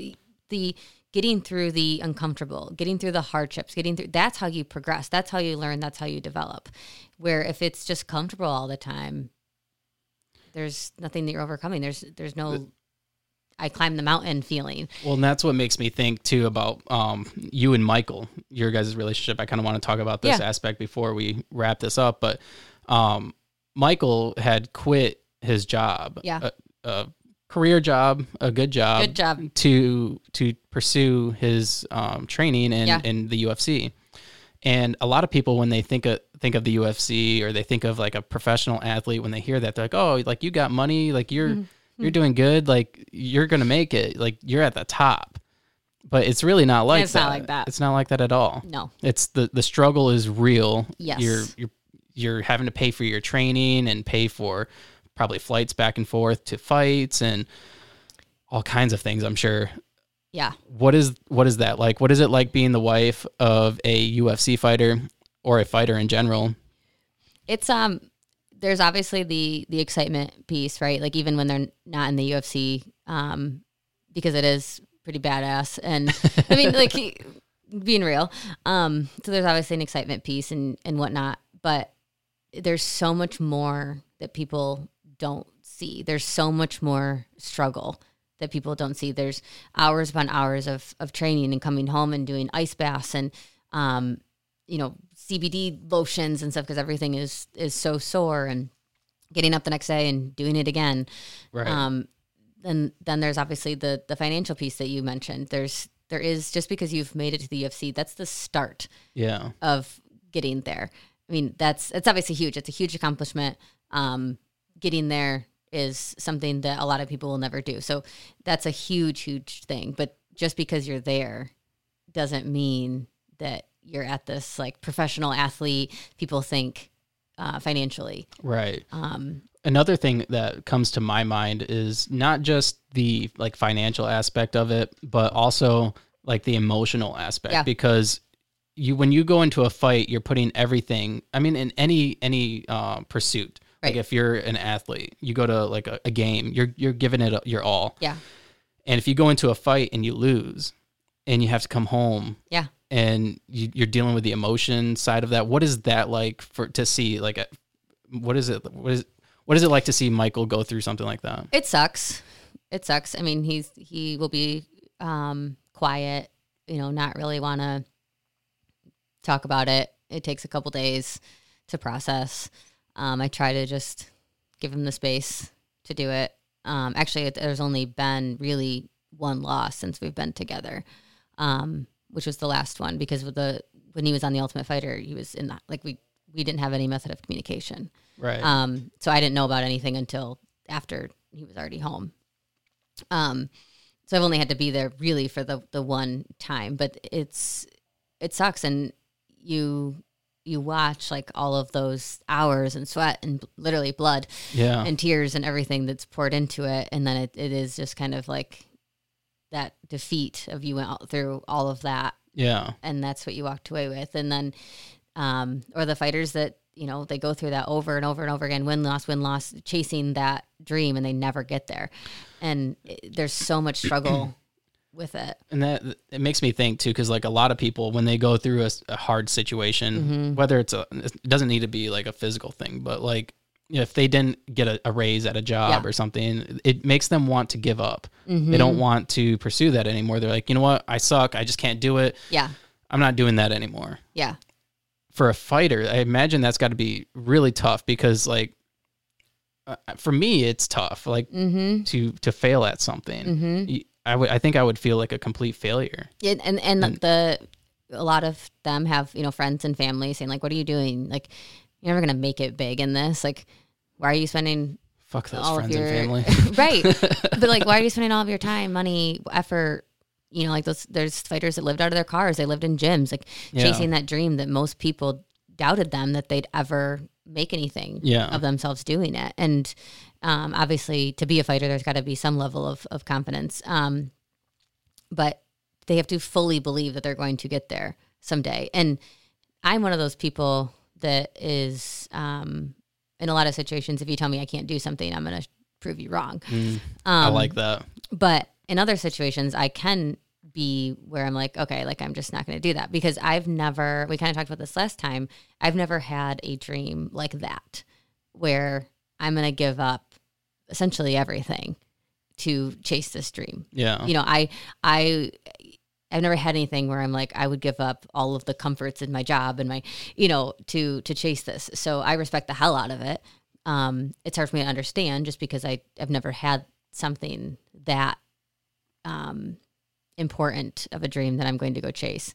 S2: the getting through the uncomfortable getting through the hardships getting through that's how you progress that's how you learn that's how you develop where if it's just comfortable all the time there's nothing that you're overcoming there's there's no i climbed the mountain feeling
S1: Well, and that's what makes me think too about um, you and Michael, your guys' relationship. I kind of want to talk about this
S2: Yeah.
S1: aspect before we wrap this up, but um, Michael had quit his job,
S2: Yeah.
S1: a, a career job, a good job,
S2: good job
S1: to to pursue his um, training in,
S2: Yeah.
S1: in the UFC. And a lot of people, when they think of think of the UFC or they think of like a professional athlete, when they hear that, they're like, "Oh, like you got money, like you're
S2: Mm-hmm.
S1: you're doing good, like you're gonna make it, like you're at the top." But it's really not like
S2: It's
S1: that.
S2: not like that.
S1: It's not like that at all.
S2: no
S1: It's the the struggle is real.
S2: Yes.
S1: You're you're you're having to pay for your training and pay for probably flights back and forth to fights and all kinds of things, I'm sure.
S2: yeah
S1: What is what is that like? What is it like being the wife of a UFC fighter or a fighter in
S2: Um,
S1: general?
S2: it's um there's obviously the the excitement piece right like even when they're not in the ufc um because it is pretty badass and i mean like being real um so there's obviously an excitement piece and and whatnot but there's so much more that people don't see there's so much more struggle that people don't see there's hours upon hours of of training and coming home and doing ice baths and um you know CBD lotions and stuff because everything is is so sore and getting up the next day and doing it again.
S1: Right.
S2: Um, and then there's obviously the the financial piece that you mentioned. There's there is just because you've made it to the UFC, that's the start
S1: yeah.
S2: of getting there. I mean, that's it's obviously huge. It's a huge accomplishment. Um, getting there is something that a lot of people will never do. So that's a huge, huge thing. But just because you're there doesn't mean that you're at this like professional athlete. People think uh, financially.
S1: Right.
S2: Um,
S1: another thing that comes to my mind is not just the like financial aspect of it but also like the emotional aspect
S2: Yeah.
S1: because you when you go into a fight you're putting everything i mean in any any uh, pursuit Like
S2: Right.
S1: if you're an athlete, you go to like a, a game, you're you're giving it your all.
S2: Yeah.
S1: And if you go into a fight and you lose, and you have to come home,
S2: Yeah.
S1: and you, you're dealing with the emotion side of that, what is that like for to see? Like, uh, what is it? What is what is it like to see Michael go through something like that?
S2: It sucks. It sucks. I mean, he's he will be um, quiet. You know, not really want to talk about it. It takes a couple days to process. Um, I try to just give him the space to do it. Um, actually, it- there's only been really one loss since we've been together, um, which was the last one because with the when he was on the Ultimate Fighter, he was in the, like we we didn't have any method of communication.
S1: Right.
S2: Um, so I didn't know about anything until after he was already home. Um, so I've only had to be there really for the the one time, but it's it sucks, and you you watch like all of those hours and sweat and b- literally blood
S1: yeah.
S2: and tears and everything that's poured into it, and then it, it is just kind of like that defeat of you went out through all of that
S1: yeah.
S2: and that's what you walked away with. And then, um, or the fighters that you know they go through that over and over and over again, win loss, win loss, chasing that dream, and they never get there. And it, there's so much struggle with it.
S1: and that it makes me think too because like a lot of people when they go through a, s- a hard situation
S2: Mm-hmm.
S1: whether it's a it doesn't need to be like a physical thing but like if they didn't get a, a raise at a job
S2: Yeah. Mm-hmm.
S1: or something it makes them want to give up they don't want to pursue that anymore they're like you know what i suck i just can't do it
S2: Yeah,
S1: i'm not doing that anymore
S2: yeah,
S1: for a fighter, I imagine that's got to be really tough because like uh, for me, it's tough like
S2: Mm-hmm.
S1: to to fail at something. Y- I would I think I would feel like a complete failure.
S2: and and, and
S1: Mm.
S2: the a lot of them have you know friends and family saying like, "What are you doing? Like, you're never gonna make it big in this. Like, why are you spending
S1: Fuck those
S2: all
S1: friends
S2: of
S1: and
S2: your
S1: family.
S2: right but like why are you spending all of your time money effort you know like those there's fighters that lived out of their cars they lived in gyms like
S1: Yeah.
S2: chasing that dream that most people doubted them that they'd ever make anything
S1: Yeah.
S2: of themselves doing it and um, obviously to be a fighter there's got to be some level of, of confidence um, but they have to fully believe that they're going to get there someday. And I'm one of those people that is, um, in a lot of situations, if you tell me I can't do something, I'm going to prove you wrong.
S1: Mm,
S2: Um,
S1: I like that.
S2: but in other situations, I can be where I'm like, okay, like I'm just not going to do that because I've never, we kind of talked about this last time. I've never had a dream like that where I'm going to give up essentially everything to chase this dream
S1: Yeah.
S2: you know i i i've never had anything where i'm like i would give up all of the comforts in my job and my you know to to chase this so i respect the hell out of it um it's hard for me to understand just because i i've never had something that um important of a dream that i'm going to go chase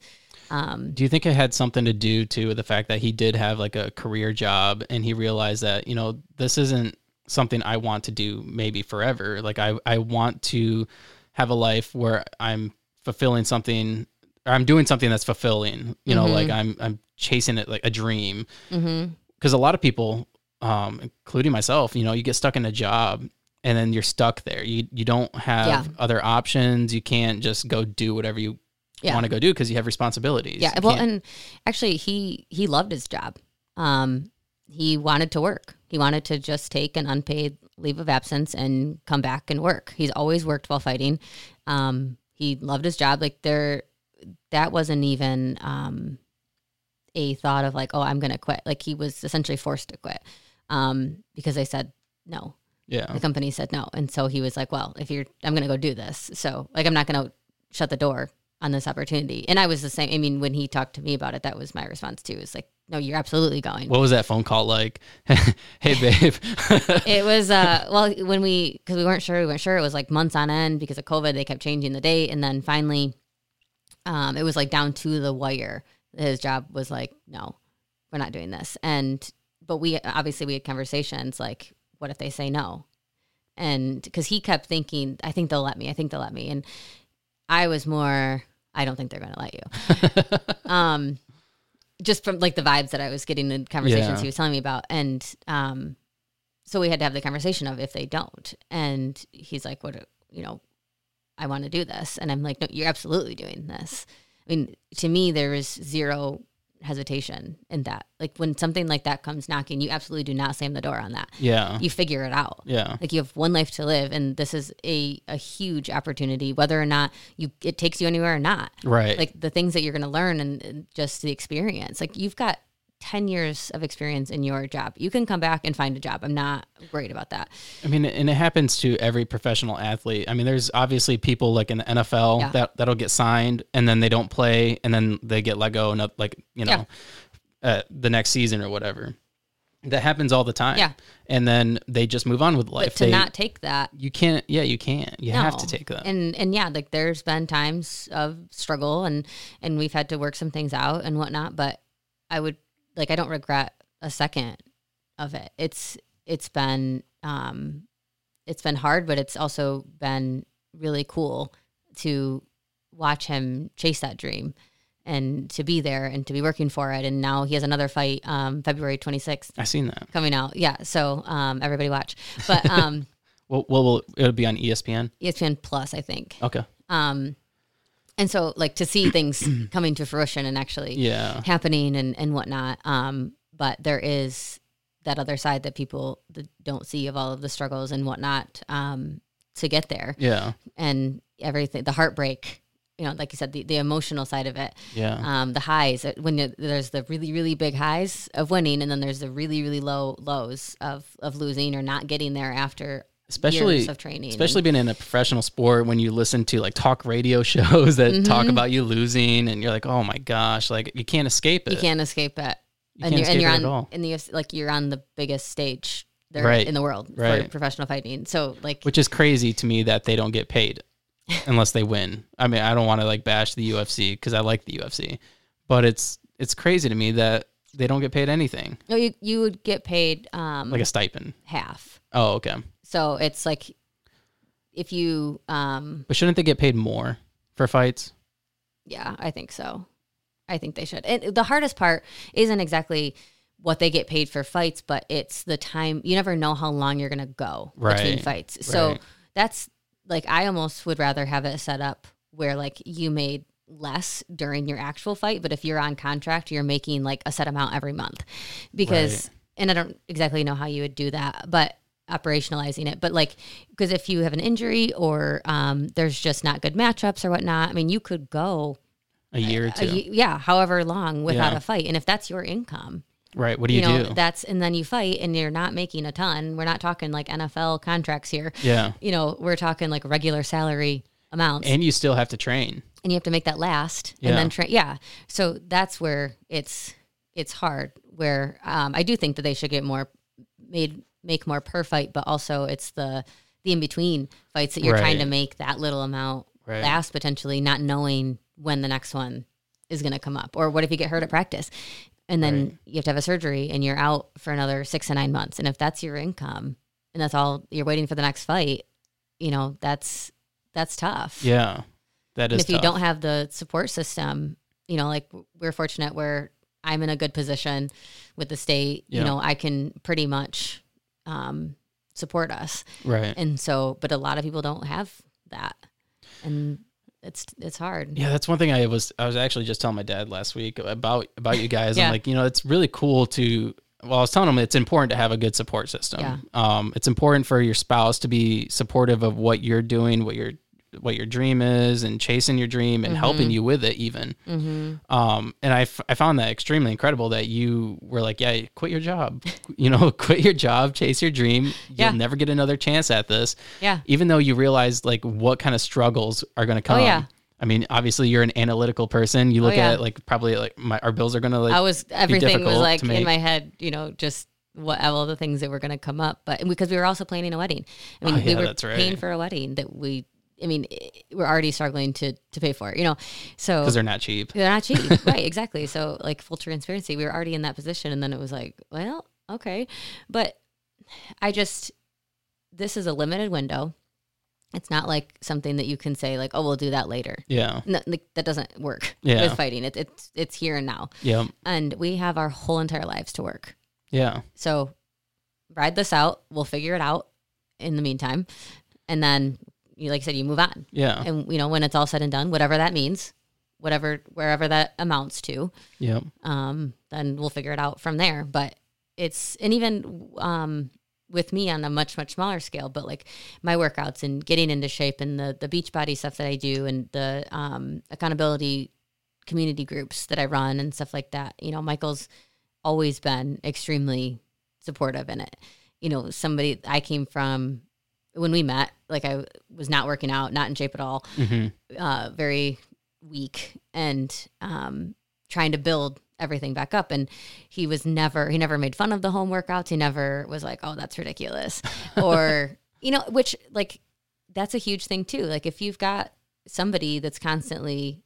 S2: um
S1: Do you think it had something to do too with the fact that he did have like a career job and he realized that, you know, this isn't something I want to do maybe forever. Like I, I want to have a life where I'm fulfilling something or I'm doing something that's fulfilling. You know, like
S2: Mm-hmm.
S1: I'm I'm chasing it like a dream.
S2: mhm,
S1: Because a lot of people, um, including myself, you know, you get stuck in a job and then you're stuck there. You you don't have
S2: Yeah.
S1: other options. You can't just go do whatever you
S2: Yeah.
S1: want to go do because you have responsibilities.
S2: yeah
S1: You
S2: well
S1: can't-
S2: and actually he he loved his job um he wanted to work he wanted to just take an unpaid leave of absence and come back and work he's always worked while fighting um he loved his job like there that wasn't even um a thought of like oh i'm gonna quit like he was essentially forced to quit um because they said no
S1: yeah.
S2: the company said no and so he was like well if you're i'm gonna go do this so like i'm not gonna shut the door on this opportunity and i was the same i mean when he talked to me about it that was my response too is like no you're absolutely going
S1: What was that phone call like? hey, babe.
S2: it was uh well when we because we weren't sure we weren't sure it was like months on end because of covid they kept changing the date and then finally um it was like down to the wire his job was like no we're not doing this and but we obviously we had conversations like what if they say no and because he kept thinking i think they'll let me i think they'll let me and i was more i don't think they're going to let you um just from like the vibes that i was getting in conversations
S1: Yeah.
S2: he was telling me about and um so we had to have the conversation of if they don't and he's like what you know i want to do this and i'm like no you're absolutely doing this i mean to me there is zero hesitation in that. Like when something like that comes knocking, you absolutely do not slam the door on that.
S1: Yeah.
S2: You figure it out.
S1: yeah.
S2: Like you have one life to live, and this is a, a huge opportunity, whether or not you it takes you anywhere or not.
S1: Right.
S2: Like the things that you're going to learn and, and just the experience. Like you've got ten years of experience in your job. You can come back and find a job. I'm not worried about that.
S1: I mean, and it happens to every professional athlete. I mean, there's obviously people like in the NFL
S2: Yeah.
S1: that that'll get signed and then they don't play and then they get let go and up- like you know, uh, the next season or whatever. That happens all the time.
S2: Yeah.
S1: and then they just move on with life.
S2: But to
S1: they,
S2: not take that
S1: you can't. Yeah, you can't. You have to
S2: No.
S1: take that.
S2: And and yeah, like there's been times of struggle and and we've had to work some things out and whatnot, but I would like I don't regret a second of it. It's it's been um it's been hard, but it's also been really cool to watch him chase that dream and to be there and to be working for it. And now he has another fight um February twenty sixth
S1: I seen that.
S2: coming out. Yeah. So um everybody watch. But um E
S1: Well, well, well, it'll be on E ESPN.
S2: ESPN plus I think
S1: Okay.
S2: um and so like to see things coming to fruition and actually
S1: Yeah.
S2: happening and and whatnot um but there is that other side that people that don't see of all of the struggles and whatnot um to get there
S1: Yeah.
S2: and everything the heartbreak you know like you said the, the emotional side of it
S1: Yeah.
S2: um the highs uh, when you there's the really really big highs of winning and then there's the really really low lows of of losing or not getting there after
S1: Especially
S2: years of training
S1: especially being in a professional sport when you listen to like talk radio shows that talk
S2: Mm-hmm.
S1: about you losing and you're like oh my gosh like you can't escape it
S2: you can't escape it.
S1: You can't escape
S2: you're
S1: it
S2: on
S1: at all.
S2: in the UFC like you're on the biggest stage there
S1: Right.
S2: in the world for
S1: Right.
S2: professional fighting. So like
S1: which is crazy to me that they don't get paid unless they win i mean i don't want to like bash the ufc because i like the ufc but it's it's crazy to me that they don't get paid anything
S2: no, you you would get paid um
S1: like a stipend
S2: half.
S1: oh okay
S2: So it's like if you um
S1: but shouldn't they get paid more for fights
S2: yeah, I think so. I think they should. And the hardest part isn't exactly what they get paid for fights, but it's the time. You never know how long you're going to go between
S1: Right.
S2: fights. So
S1: Right.
S2: that's like I almost would rather have it set up where like you made less during your actual fight, but if you're on contract, you're making like a set amount every month. Because and I don't exactly know how you would do that, but operationalizing it. But like because if you have an injury or um, there's just not good matchups or whatnot, I mean you could go
S1: a year or
S2: a
S1: two
S2: ye- Uh, yeah, however long without
S1: Yeah.
S2: a fight. And if that's your income,
S1: right what do you,
S2: know,
S1: do
S2: that's and then you fight and you're not making a ton. We're not talking like NFL contracts here.
S1: yeah
S2: You know, we're talking like regular salary amounts and,
S1: and you still have to train
S2: you have to make that last
S1: Yeah.
S2: and then train. Yeah. So that's where it's it's hard where um, I do think that they should get more made make more per fight, but also it's the the in between fights that you're trying to
S1: Right.
S2: make that little amount
S1: Right.
S2: last potentially, not knowing when the next one is going to come up, or what if you get hurt at practice, and then
S1: Right.
S2: you have to have a surgery and you're out for another six to nine months, and if that's your income and that's all you're waiting for the next fight, you know that's that's tough.
S1: yeah that
S2: And
S1: is
S2: if you
S1: tough.
S2: don't have the support system, you know, like we're fortunate where I'm in a good position with the state.
S1: Yeah.
S2: You know, I can pretty much um, support us,
S1: right
S2: and so, but a lot of people don't have that, and it's it's hard.
S1: Yeah, that's one thing I was I was actually just telling my dad last week about about you guys.
S2: Yeah.
S1: I'm like, you know, it's really cool to well, I was telling him it's important to have a good support system.
S2: Yeah.
S1: Um, it's important for your spouse to be supportive of what you're doing, what your what your dream is, and chasing your dream and helping you with it, even.
S2: Mm-hmm.
S1: Um, and I, f- I found that extremely incredible that you were like, yeah, quit your job, you know, quit your job, chase your dream. You'll
S2: Yeah.
S1: never get another chance at this
S2: Yeah.
S1: even though you realize like what kind of struggles are going to come.
S2: Oh, yeah. Oh,
S1: I mean, obviously you're an analytical person. You look
S2: yeah.
S1: at like probably like my our bills are going to like
S2: I was everything was
S1: difficult
S2: like
S1: to
S2: in
S1: make.
S2: my head, you know, just what all the things that were going to come up, but because we were also planning a wedding, I mean,
S1: Oh,
S2: we
S1: yeah,
S2: were
S1: that's right.
S2: paying for a wedding that we, I mean, i- we're already struggling to to pay for, you know, so
S1: because they're not cheap.
S2: they're not cheap, right? Exactly. So like full transparency, we were already in that position, and then it was like, well, okay, but I just this is a limited window. It's not like something that you can say like, oh, we'll do that later.
S1: Yeah.
S2: No, like, that doesn't work
S1: Yeah.
S2: with fighting. It, it's it's here and now
S1: Yeah.
S2: and we have our whole entire lives to work.
S1: Yeah.
S2: So ride this out. We'll figure it out in the meantime. And then you like I said, you move on.
S1: Yeah. Uh.
S2: And you know, when it's all said and done, whatever that means, whatever wherever that amounts to.
S1: Yep.
S2: Um, then we'll figure it out from there. But it's and even um, with me on a much much smaller scale, but like my workouts and getting into shape and the the beach body stuff that I do and the um, accountability community groups that I run and stuff like that. You know, Michael's always been extremely supportive in it. You know, somebody I came from when we met, like I was not working out, not in shape at all,
S1: Mm-hmm.
S2: uh, very weak, and um, trying to build everything back up. And he was never, he never made fun of the home workouts. He never was like, oh, that's ridiculous. or, you know, which like that's a huge thing too. Like if you've got somebody that's constantly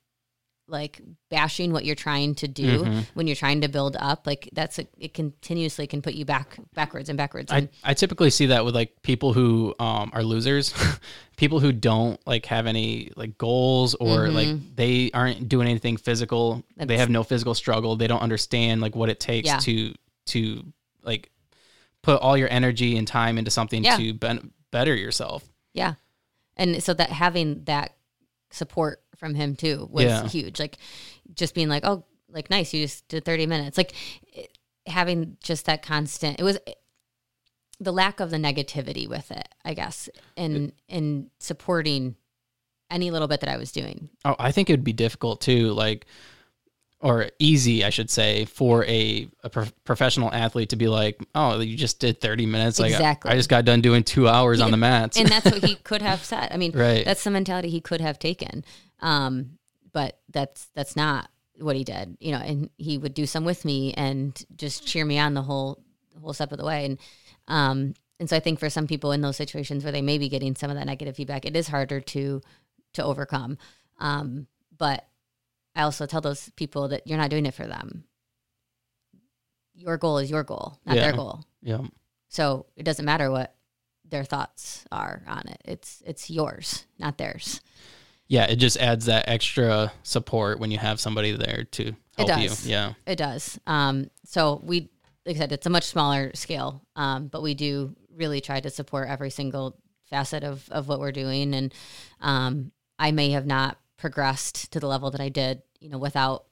S2: like bashing what you're trying to do
S1: Mhm.
S2: when you're trying to build up, like that's a, it continuously can put you back backwards and backwards.
S1: I,
S2: And
S1: I typically see that with like people who um, are losers, people who don't like have any like goals or like they aren't doing anything physical. they
S2: Mm-hmm. That's-
S1: have no physical struggle. They don't understand like what it takes
S2: Yeah.
S1: to to like put all your energy and time into something
S2: Yeah.
S1: to ben- better yourself.
S2: Yeah. And so that having that support from him too was
S1: Yeah.
S2: huge. Like just being like, oh, like nice, you just did 30 minutes. Like it- having just that constant, it was eh, the lack of the negativity with it, I guess, and, and supporting any little bit that I was doing.
S1: Oh, I think it would be difficult too, like or easy, I should say, for a, a pro- professional athlete to be like, "Oh, you just did thirty minutes. Like, I-
S2: Exactly.
S1: I, just got done doing two hours on
S2: Yeah.
S1: the mats."
S2: And that's what he could have said. I mean,
S1: right.
S2: that's the mentality he could have taken. Um, but that's that's not what he did, you know. And he would do some with me and just cheer me on the whole whole step of the way. And um, and so I think for some people in those situations where they may be getting some of that negative feedback, it is harder to to overcome. Um, but I also tell those people that you're not doing it for them. Your goal is your goal, not
S1: Yeah.
S2: their goal.
S1: yeah.
S2: So it doesn't matter what their thoughts are on it. It's it's yours, not theirs.
S1: yeah, it just adds that extra support when you have somebody there to help
S2: does.
S1: you. Yeah.
S2: It does. Um, so we, like I said, it's a much smaller scale, um, but we do really try to support every single facet of, of what we're doing. And um, I may have not progressed to the level that I did, you know, without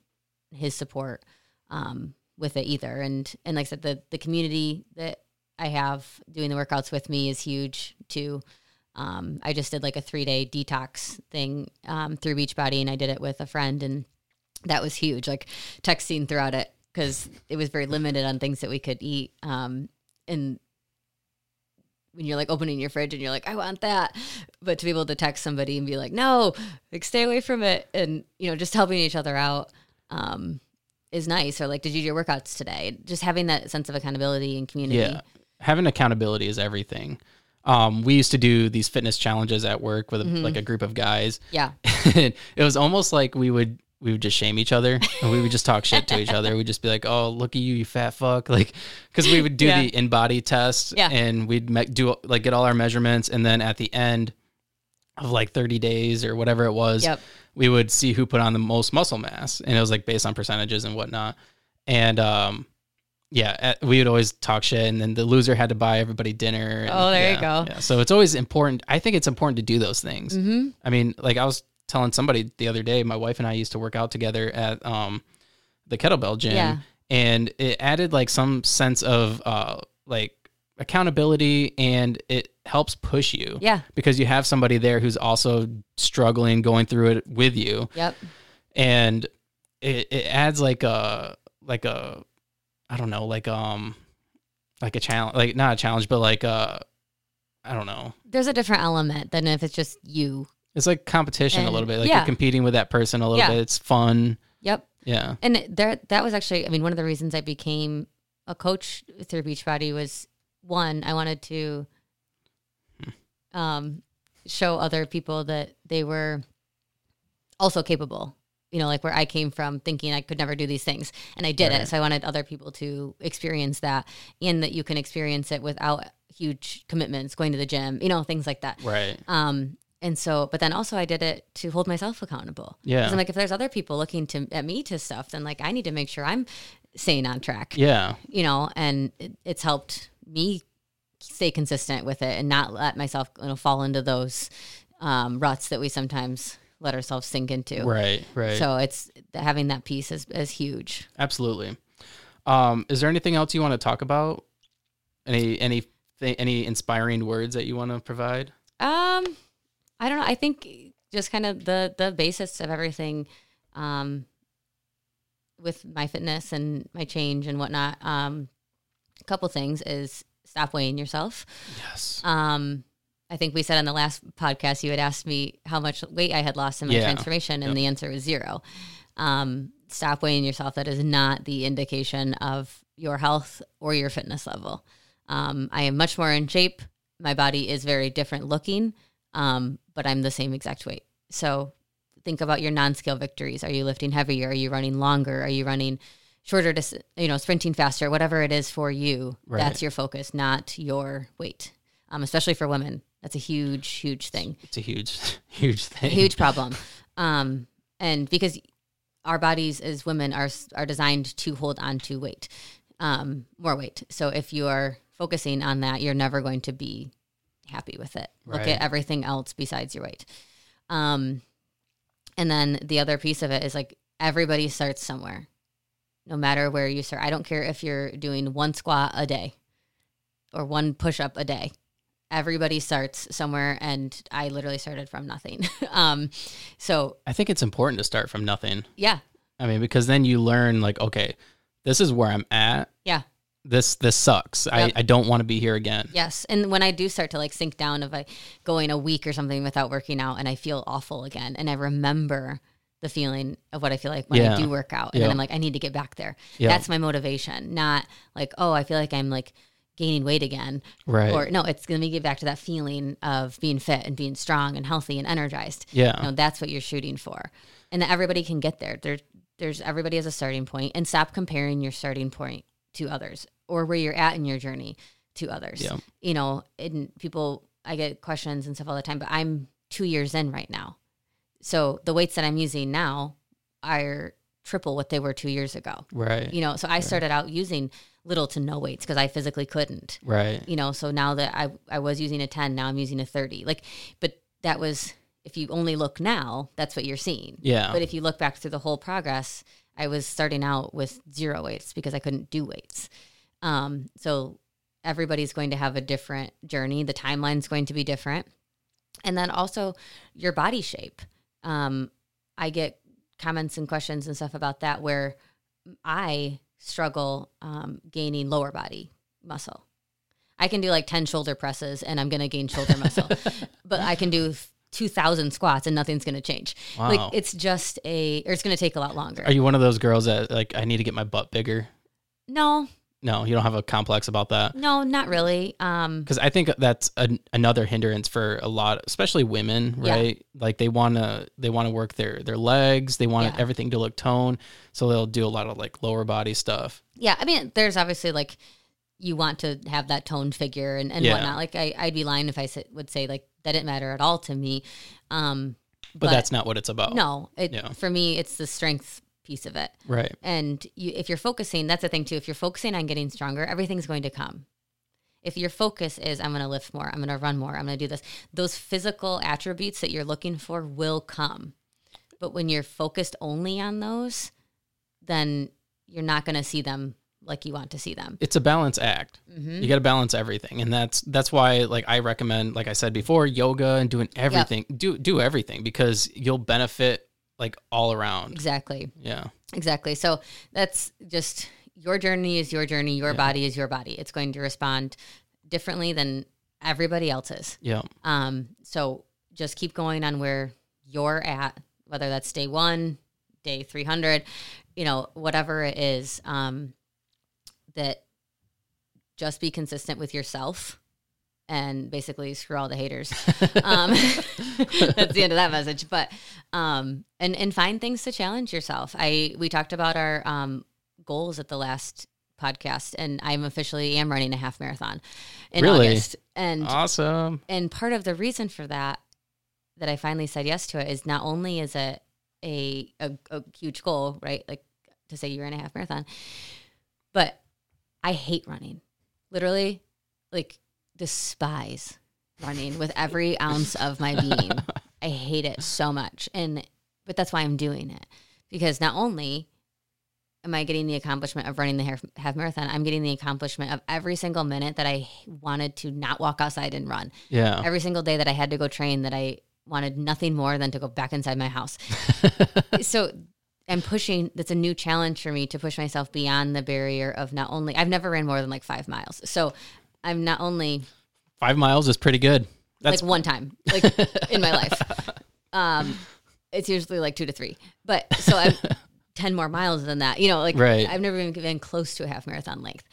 S2: his support um, with it either. And and like I said, the the community that I have doing the workouts with me is huge too. Um, I just did like a three day detox thing um, through Beachbody, and I did it with a friend, and that was huge. Like texting throughout it because it was very limited on things that we could eat. Um, and when you're like opening your fridge and you're like, I want that, but to be able to text somebody and be like, no, like stay away from it, and you know, just helping each other out um, is nice. Or like, did you do your workouts today? Just having that sense of accountability and community.
S1: Yeah. Having accountability is everything. Um, we used to do these fitness challenges at work with a,
S2: Mhm.
S1: like a group of guys.
S2: Yeah.
S1: And it was almost like we would we would just shame each other and we would just talk shit to each other. We'd just be like, "Oh, look at you, you fat fuck!" Like, because we would do
S2: Yeah.
S1: the in body test
S2: Yeah.
S1: and we'd me- do like get all our measurements, and then at the end of like thirty days or whatever it was,
S2: Yep.
S1: we would see who put on the most muscle mass, and it was like based on percentages and whatnot. And um, yeah, at, we would always talk shit, and then the loser had to buy everybody dinner. and-
S2: Oh, there you
S1: yeah,
S2: go.
S1: yeah. So it's always important. I think it's important to do those things.
S2: Mm-hmm.
S1: I mean, like I was telling somebody the other day, my wife and I used to work out together at um, the kettlebell gym,
S2: Yeah.
S1: and it added like some sense of uh, like accountability, and it helps push you
S2: Yeah.
S1: because you have somebody there who's also struggling, going through it with you,
S2: Yep.
S1: and it, it adds like a like a I don't know, like um like a challenge, like not a challenge, but like uh I don't know.
S2: There's a different element than if it's just you.
S1: It's like competition a
S2: And-
S1: little bit. Like
S2: yeah.
S1: you're competing with that person a little
S2: Yeah.
S1: bit. It's fun.
S2: Yep.
S1: Yeah.
S2: And there, that was actually, I mean, one of the reasons I became a coach through Beachbody was one, I wanted to um, show other people that they were also capable. You know, like where I came from, thinking I could never do these things, and I did
S1: Right.
S2: it. So I wanted other people to experience that, and that you can experience it without huge commitments, going to the gym, you know, things like that.
S1: Right.
S2: Um, and so, but then also I did it to hold myself accountable. 'Cause
S1: Yeah.
S2: I'm like, if there's other people looking to at me to stuff, then like I need to make sure I'm staying on track.
S1: Yeah.
S2: You know, and it, it's helped me stay consistent with it and not let myself you know, fall into those um, ruts that we sometimes let ourselves sink into.
S1: Right, right.
S2: So it's having that piece is, is huge.
S1: Absolutely. Um, is there anything else you want to talk about? Any any th- any inspiring words that you want to provide?
S2: Um, I don't know. I think just kind of the the basis of everything, um, with my fitness and my change and whatnot. Um, a couple things is stop weighing yourself.
S1: Yes.
S2: Um, I think we said on the last podcast you had asked me how much weight I had lost in my
S1: Yeah.
S2: transformation, and the answer was zero. Um, stop weighing yourself. That is not the indication of your health or your fitness level. Um, I am much more in shape. My body is very different looking, um, but I'm the same exact weight. So think about your non-scale victories. Are you lifting heavier? Are you running longer? Are you running shorter? Dis- you know, sprinting faster. Whatever it is for you,
S1: Right.
S2: that's your focus, not your weight. Um, especially for women, that's a huge, huge thing,
S1: It's a huge huge thing.
S2: huge problem. Um, and because our bodies as women are s- are designed to hold on to weight, um, more weight. So if you are focusing on that, you're never going to be happy with it. Look
S1: Right.
S2: at everything else besides your weight. Um, and then the other piece of it is like everybody starts somewhere, no matter where you start. I don't care if you're doing one squat a day or one push up a day. Everybody starts somewhere, and I literally started from nothing. um, so
S1: I think it's important to start from nothing.
S2: yeah,
S1: I mean, because then you learn like, okay, this is where I'm at.
S2: yeah.
S1: This this sucks.
S2: Yep.
S1: I, I don't want to be here again.
S2: Yes. And when I do start to like sink down of like going a week or something without working out and I feel awful again and I remember the feeling of what I feel like when
S1: Yeah.
S2: I do work out and
S1: Yeah.
S2: then I'm like, I need to get back there.
S1: Yeah.
S2: That's my motivation. Not like, oh, I feel like I'm like gaining weight again.
S1: Right.
S2: Or no, it's gonna get back to that feeling of being fit and being strong and healthy and energized.
S1: yeah.
S2: No, that's what you're shooting for. And that everybody can get there. There there's everybody has a starting point and stop comparing your starting point to others or where you're at in your journey to others.
S1: Yeah.
S2: You know, and people I get questions and stuff all the time, but I'm 2 years in right now. So the weights that I'm using now are triple what they were 2 years ago.
S1: Right.
S2: You know, so I started out using little to no weights because I physically couldn't
S1: right.
S2: you know so now that I, I was using a 10 now i'm using a 30 like but that was if you only look now that's what you're seeing
S1: Yeah.
S2: but if you look back through the whole progress i was starting out with zero weights because i couldn't do weights um, so everybody's going to have a different journey the timeline's going to be different and then also your body shape um, i get comments and questions and stuff about that where i struggle um, gaining lower body muscle i can do like 10 shoulder presses and i'm going to gain shoulder muscle but i can do 2000 squats and nothing's going to change
S1: wow.
S2: like it's just a or it's going to take a lot longer
S1: Are you one of those girls that like I need to get my butt bigger?
S2: no
S1: No, you don't have a complex about that.
S2: no not really um
S1: because I think that's an, another hindrance for a lot, especially women,
S2: Yeah.
S1: right? Like they wanna they wanna work their their legs, they want
S2: Yeah.
S1: everything to look toned, so they'll do a lot of like lower body stuff.
S2: yeah i mean there's obviously like you want to have that toned figure and, and
S1: Yeah.
S2: whatnot like I, i'd be lying if i sa- would say like that didn't matter at all to me um
S1: But, that's not what it's about.
S2: no it,
S1: Yeah.
S2: for me it's the strength piece of it
S1: Right.
S2: and you, if you're focusing that's the thing too if you're focusing on getting stronger everything's going to come if your focus is i'm going to lift more i'm going to run more i'm going to do this those physical attributes that you're looking for will come but when you're focused only on those then you're not going to see them like you want to see them
S1: It's a balance act.
S2: hmm
S1: You got to balance everything, and that's that's why like I recommend, like I said before, yoga and doing everything. Do do everything because you'll benefit like all around.
S2: exactly
S1: Yeah.
S2: exactly so that's just your journey is your journey your
S1: Yeah.
S2: body is your body it's going to respond differently than everybody else's
S1: Yeah.
S2: Um, so just keep going on where you're at, whether that's day one, day 300, you know, whatever it is, um, that just be consistent with yourself and basically screw all the haters. Um, that's the end of that message. But, um, and, and find things to challenge yourself. I, we talked about our, um, goals at the last podcast and I'm officially am running a half marathon in
S1: Really?
S2: August. And
S1: awesome.
S2: and part of the reason for that that I finally said yes to it is not only is it a a, a huge goal, right? Like to say you're in a half marathon, but I hate running. Literally, like despise running with every ounce of my being. I hate it so much. And but that's why I'm doing it because not only am I getting the accomplishment of running the half, half marathon, I'm getting the accomplishment of every single minute that I wanted to not walk outside and run.
S1: Yeah.
S2: Every single day that I had to go train that I wanted nothing more than to go back inside my house. so I'm pushing that's a new challenge for me to push myself beyond the barrier of not only I've never ran more than like 5 miles. So I'm not only
S1: Five miles is pretty good. That's
S2: like one time like in my life um it's usually like two to three but so i'm 10 more miles than that you know like
S1: Right.
S2: i've never even been close to a half marathon length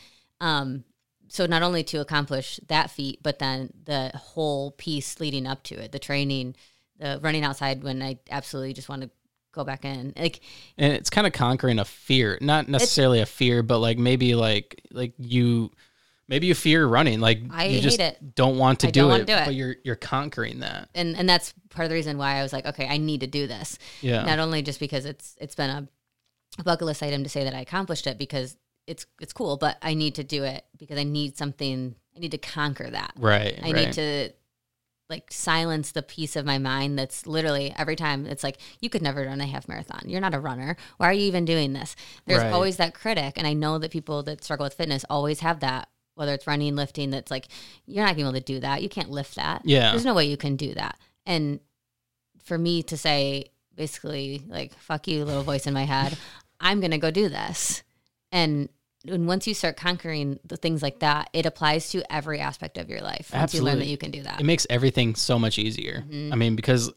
S2: um so not only to accomplish that feat but then the whole piece leading up to it the training the running outside when i absolutely just want to go back in like
S1: and it's kind of conquering a fear not necessarily a fear but like maybe like like you maybe you fear running like
S2: I
S1: you
S2: hate
S1: just
S2: it.
S1: don't want to
S2: I
S1: do,
S2: don't wanna
S1: it,
S2: do it.
S1: but you're you're conquering that
S2: and and that's part of the reason why i was like okay i need to do this
S1: yeah
S2: not only just because it's it's been a bucket list item to say that I accomplished it because it's it's cool, but I need to do it because I need something. I need to conquer that.
S1: right
S2: I need to like silence the piece of my mind that's literally every time it's like you could never run a half marathon. You're not a runner. Why are you even doing this? There's
S1: Right.
S2: always that critic, and I know that people that struggle with fitness always have that. Whether it's running, lifting, that's like you're not gonna be able to do that. You can't lift that
S1: yeah
S2: there's no way you can do that. And for me to say basically like fuck you little voice in my head, I'm going to go do this. And and once you start conquering the things like that, it applies to every aspect of your life. Once you learn
S1: Absolutely.
S2: that you can do that.
S1: it makes everything so much easier
S2: Mhm.
S1: i mean because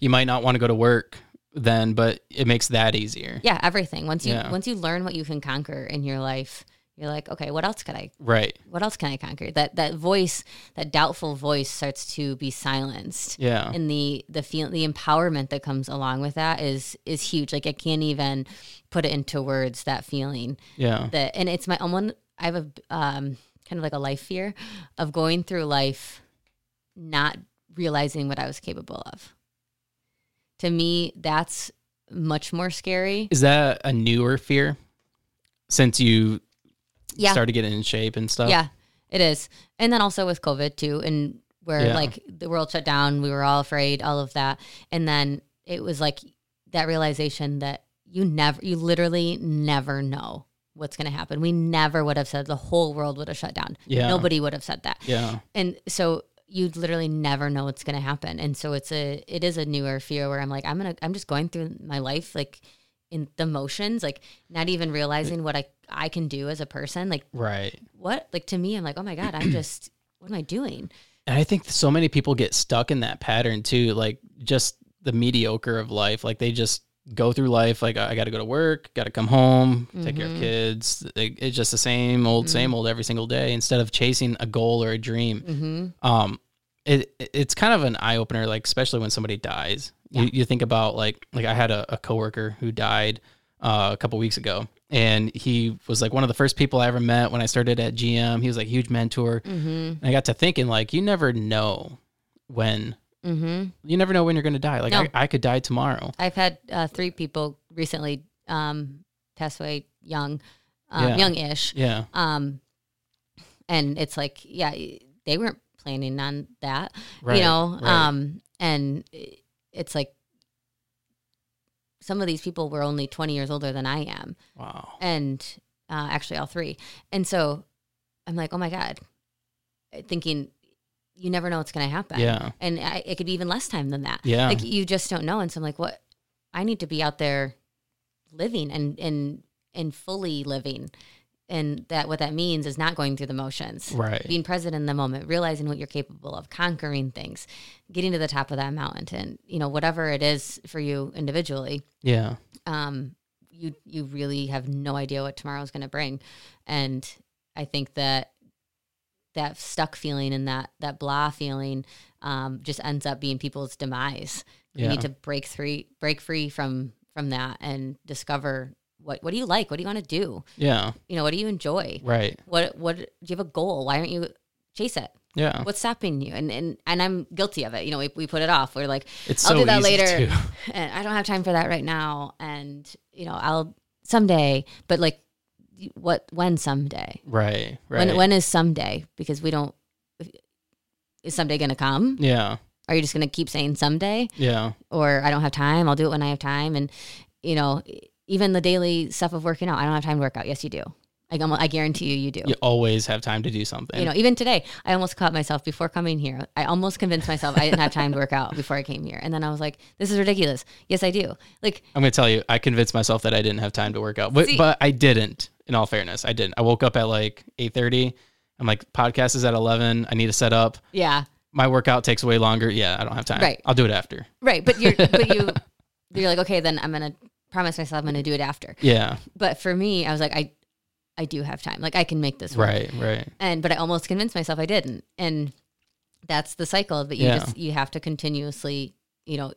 S1: you might not want to go to work then but it makes that easier
S2: Yeah, everything. Once you
S1: Yeah.
S2: once you learn what you can conquer in your life, you're like, okay, what else could I
S1: right
S2: what else can I conquer? That that voice, that doubtful voice starts to be silenced.
S1: yeah
S2: and the the feel the empowerment that comes along with that is is huge like i can't even put it into words that feeling
S1: yeah
S2: that and it's my own i have a um kind of like a life fear of going through life not realizing what i was capable of to me that's much more scary
S1: is that a newer fear since you
S2: yeah
S1: started getting in shape and stuff
S2: Yeah, it is. And then also with COVID too, and where
S1: Yeah.
S2: like the world shut down, we were all afraid, all of that. And then it was like that realization that you never, you literally never know what's going to happen. We never would have said the whole world would have shut down.
S1: Yeah.
S2: Nobody would have said that.
S1: yeah
S2: And so you literally never know what's going to happen. And so it's a, it is a newer fear where I'm like, I'm going to, I'm just going through my life like, in the motions, like not even realizing what I I can do as a person, like
S1: right
S2: what like to me i'm like oh my god i'm just what am i doing
S1: And I think so many people get stuck in that pattern too, like just the mediocre of life. Like they just go through life like I got to go to work, got to come home, take care of
S2: Mhm.
S1: kids. Like, It's just the same old, same old every single day instead of chasing a goal or a dream.
S2: mm-hmm.
S1: Um, it it- it's kind of an eye opener, like especially when somebody dies. You
S2: Yeah.
S1: you think about like like I had a, a coworker who died uh, a couple weeks ago, and he was like one of the first people I ever met when I started at GM. He was like a huge mentor.
S2: Mm-hmm.
S1: And I got to thinking, like, you never know when
S2: Mm-hmm.
S1: you never know when you're going to die. Like,
S2: No.
S1: I, I could die tomorrow.
S2: i've had uh, three people recently um pass away young um,
S1: Yeah.
S2: young-ish
S1: Yeah,
S2: um and it's like yeah they weren't planning on that
S1: right.
S2: you know
S1: right.
S2: um and i- it's like some of these people were only 20 years older than i am
S1: wow.
S2: and uh, actually all three. And so I'm like, oh my god, uh, thinking you never know what's going to happen.
S1: Yeah.
S2: and I, it could be even less time than that.
S1: Yeah.
S2: like you just don't know. And so I'm like, what? I need to be out there living and and and fully living, and that what that means is not going through the motions.
S1: right.
S2: Being present in the moment, realizing what you're capable of, conquering things, getting to the top of that mountain, you know, whatever it is for you individually,
S1: Yeah.
S2: um, you you really have no idea what tomorrow's going to bring, and I think that that stuck feeling and that that blah feeling um, just ends up being people's demise. You
S1: Yeah.
S2: need to break free, break free from from that, and discover what what do you like, what do you want to do,
S1: Yeah.
S2: you know, what do you enjoy,
S1: Right.
S2: what what do you have a goal? Why aren't you chase it?
S1: Yeah.
S2: What's stopping you? And and and I'm guilty of it. You know, we we put it off. We're like,
S1: It's
S2: I'll
S1: so
S2: do that
S1: easy
S2: later.
S1: too.
S2: and I don't have time for that right now. And you know, I'll someday, but like, what when someday?
S1: Right. Right.
S2: When when is someday? Because we don't. Is someday going to come?
S1: yeah.
S2: Are you just going to keep saying someday?
S1: Yeah.
S2: or I don't have time. I'll do it when I have time. And you know, e, even the daily stuff of working out, I don't have time to work out. Yes, you do. Like I'm, I guarantee you, you do.
S1: You always have time to do something.
S2: You know, even today, I almost caught myself before coming here. I almost convinced myself I didn't have time to work out before I came here, and then I was like, "This is ridiculous." Yes, I do. Like,
S1: I'm going to tell you, I convinced myself that I didn't have time to work out, but,
S2: See-
S1: but I didn't. In all fairness, I didn't. I woke up at like 8:30. I'm like, podcast is at 11. I need to set up.
S2: yeah,
S1: My workout takes way longer. Yeah, I don't have time.
S2: Right.
S1: I'll do it after.
S2: right. But you're, but you, you're like, okay, then I'm gonna promise myself I'm gonna do it after.
S1: Yeah.
S2: But for me, I was like, I, I do have time. Like, I can make this work.
S1: Right. Right.
S2: and but I almost convinced myself I didn't, and that's the cycle. But you
S1: Yeah.
S2: just you have to continuously, you know,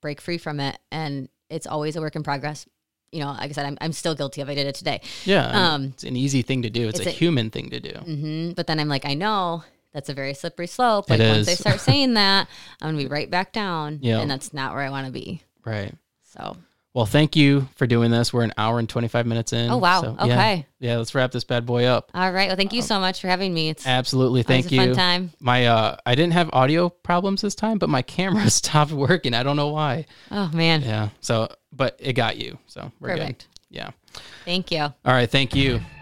S2: break free from it, and it's always a work in progress. You know, like I said, I'm I'm still guilty of I did it today.
S1: Yeah.
S2: Um,
S1: it's an easy thing to do. It's,
S2: it's
S1: a,
S2: a-
S1: human thing to do.
S2: hmm but then I'm like, I know that's a very slippery slope. Like
S1: It
S2: once I
S1: is.
S2: start saying that, I'm gonna be right back down,
S1: Yeah.
S2: and that's not where I want to be.
S1: Right.
S2: So,
S1: Well, thank you for doing this. We're an hour and 25 minutes in.
S2: oh wow,
S1: So, yeah.
S2: okay,
S1: Yeah, let's wrap this bad boy up.
S2: all right. Well, thank you so much for having me. It's
S1: Absolutely. Thank
S2: always a
S1: you.
S2: fun time.
S1: My uh I didn't have audio problems this time, but my camera stopped working. I don't know why.
S2: Oh man,
S1: Yeah. So, but it got you. So, we're
S2: Perfect.
S1: good. Yeah.
S2: thank you.
S1: All right, thank you.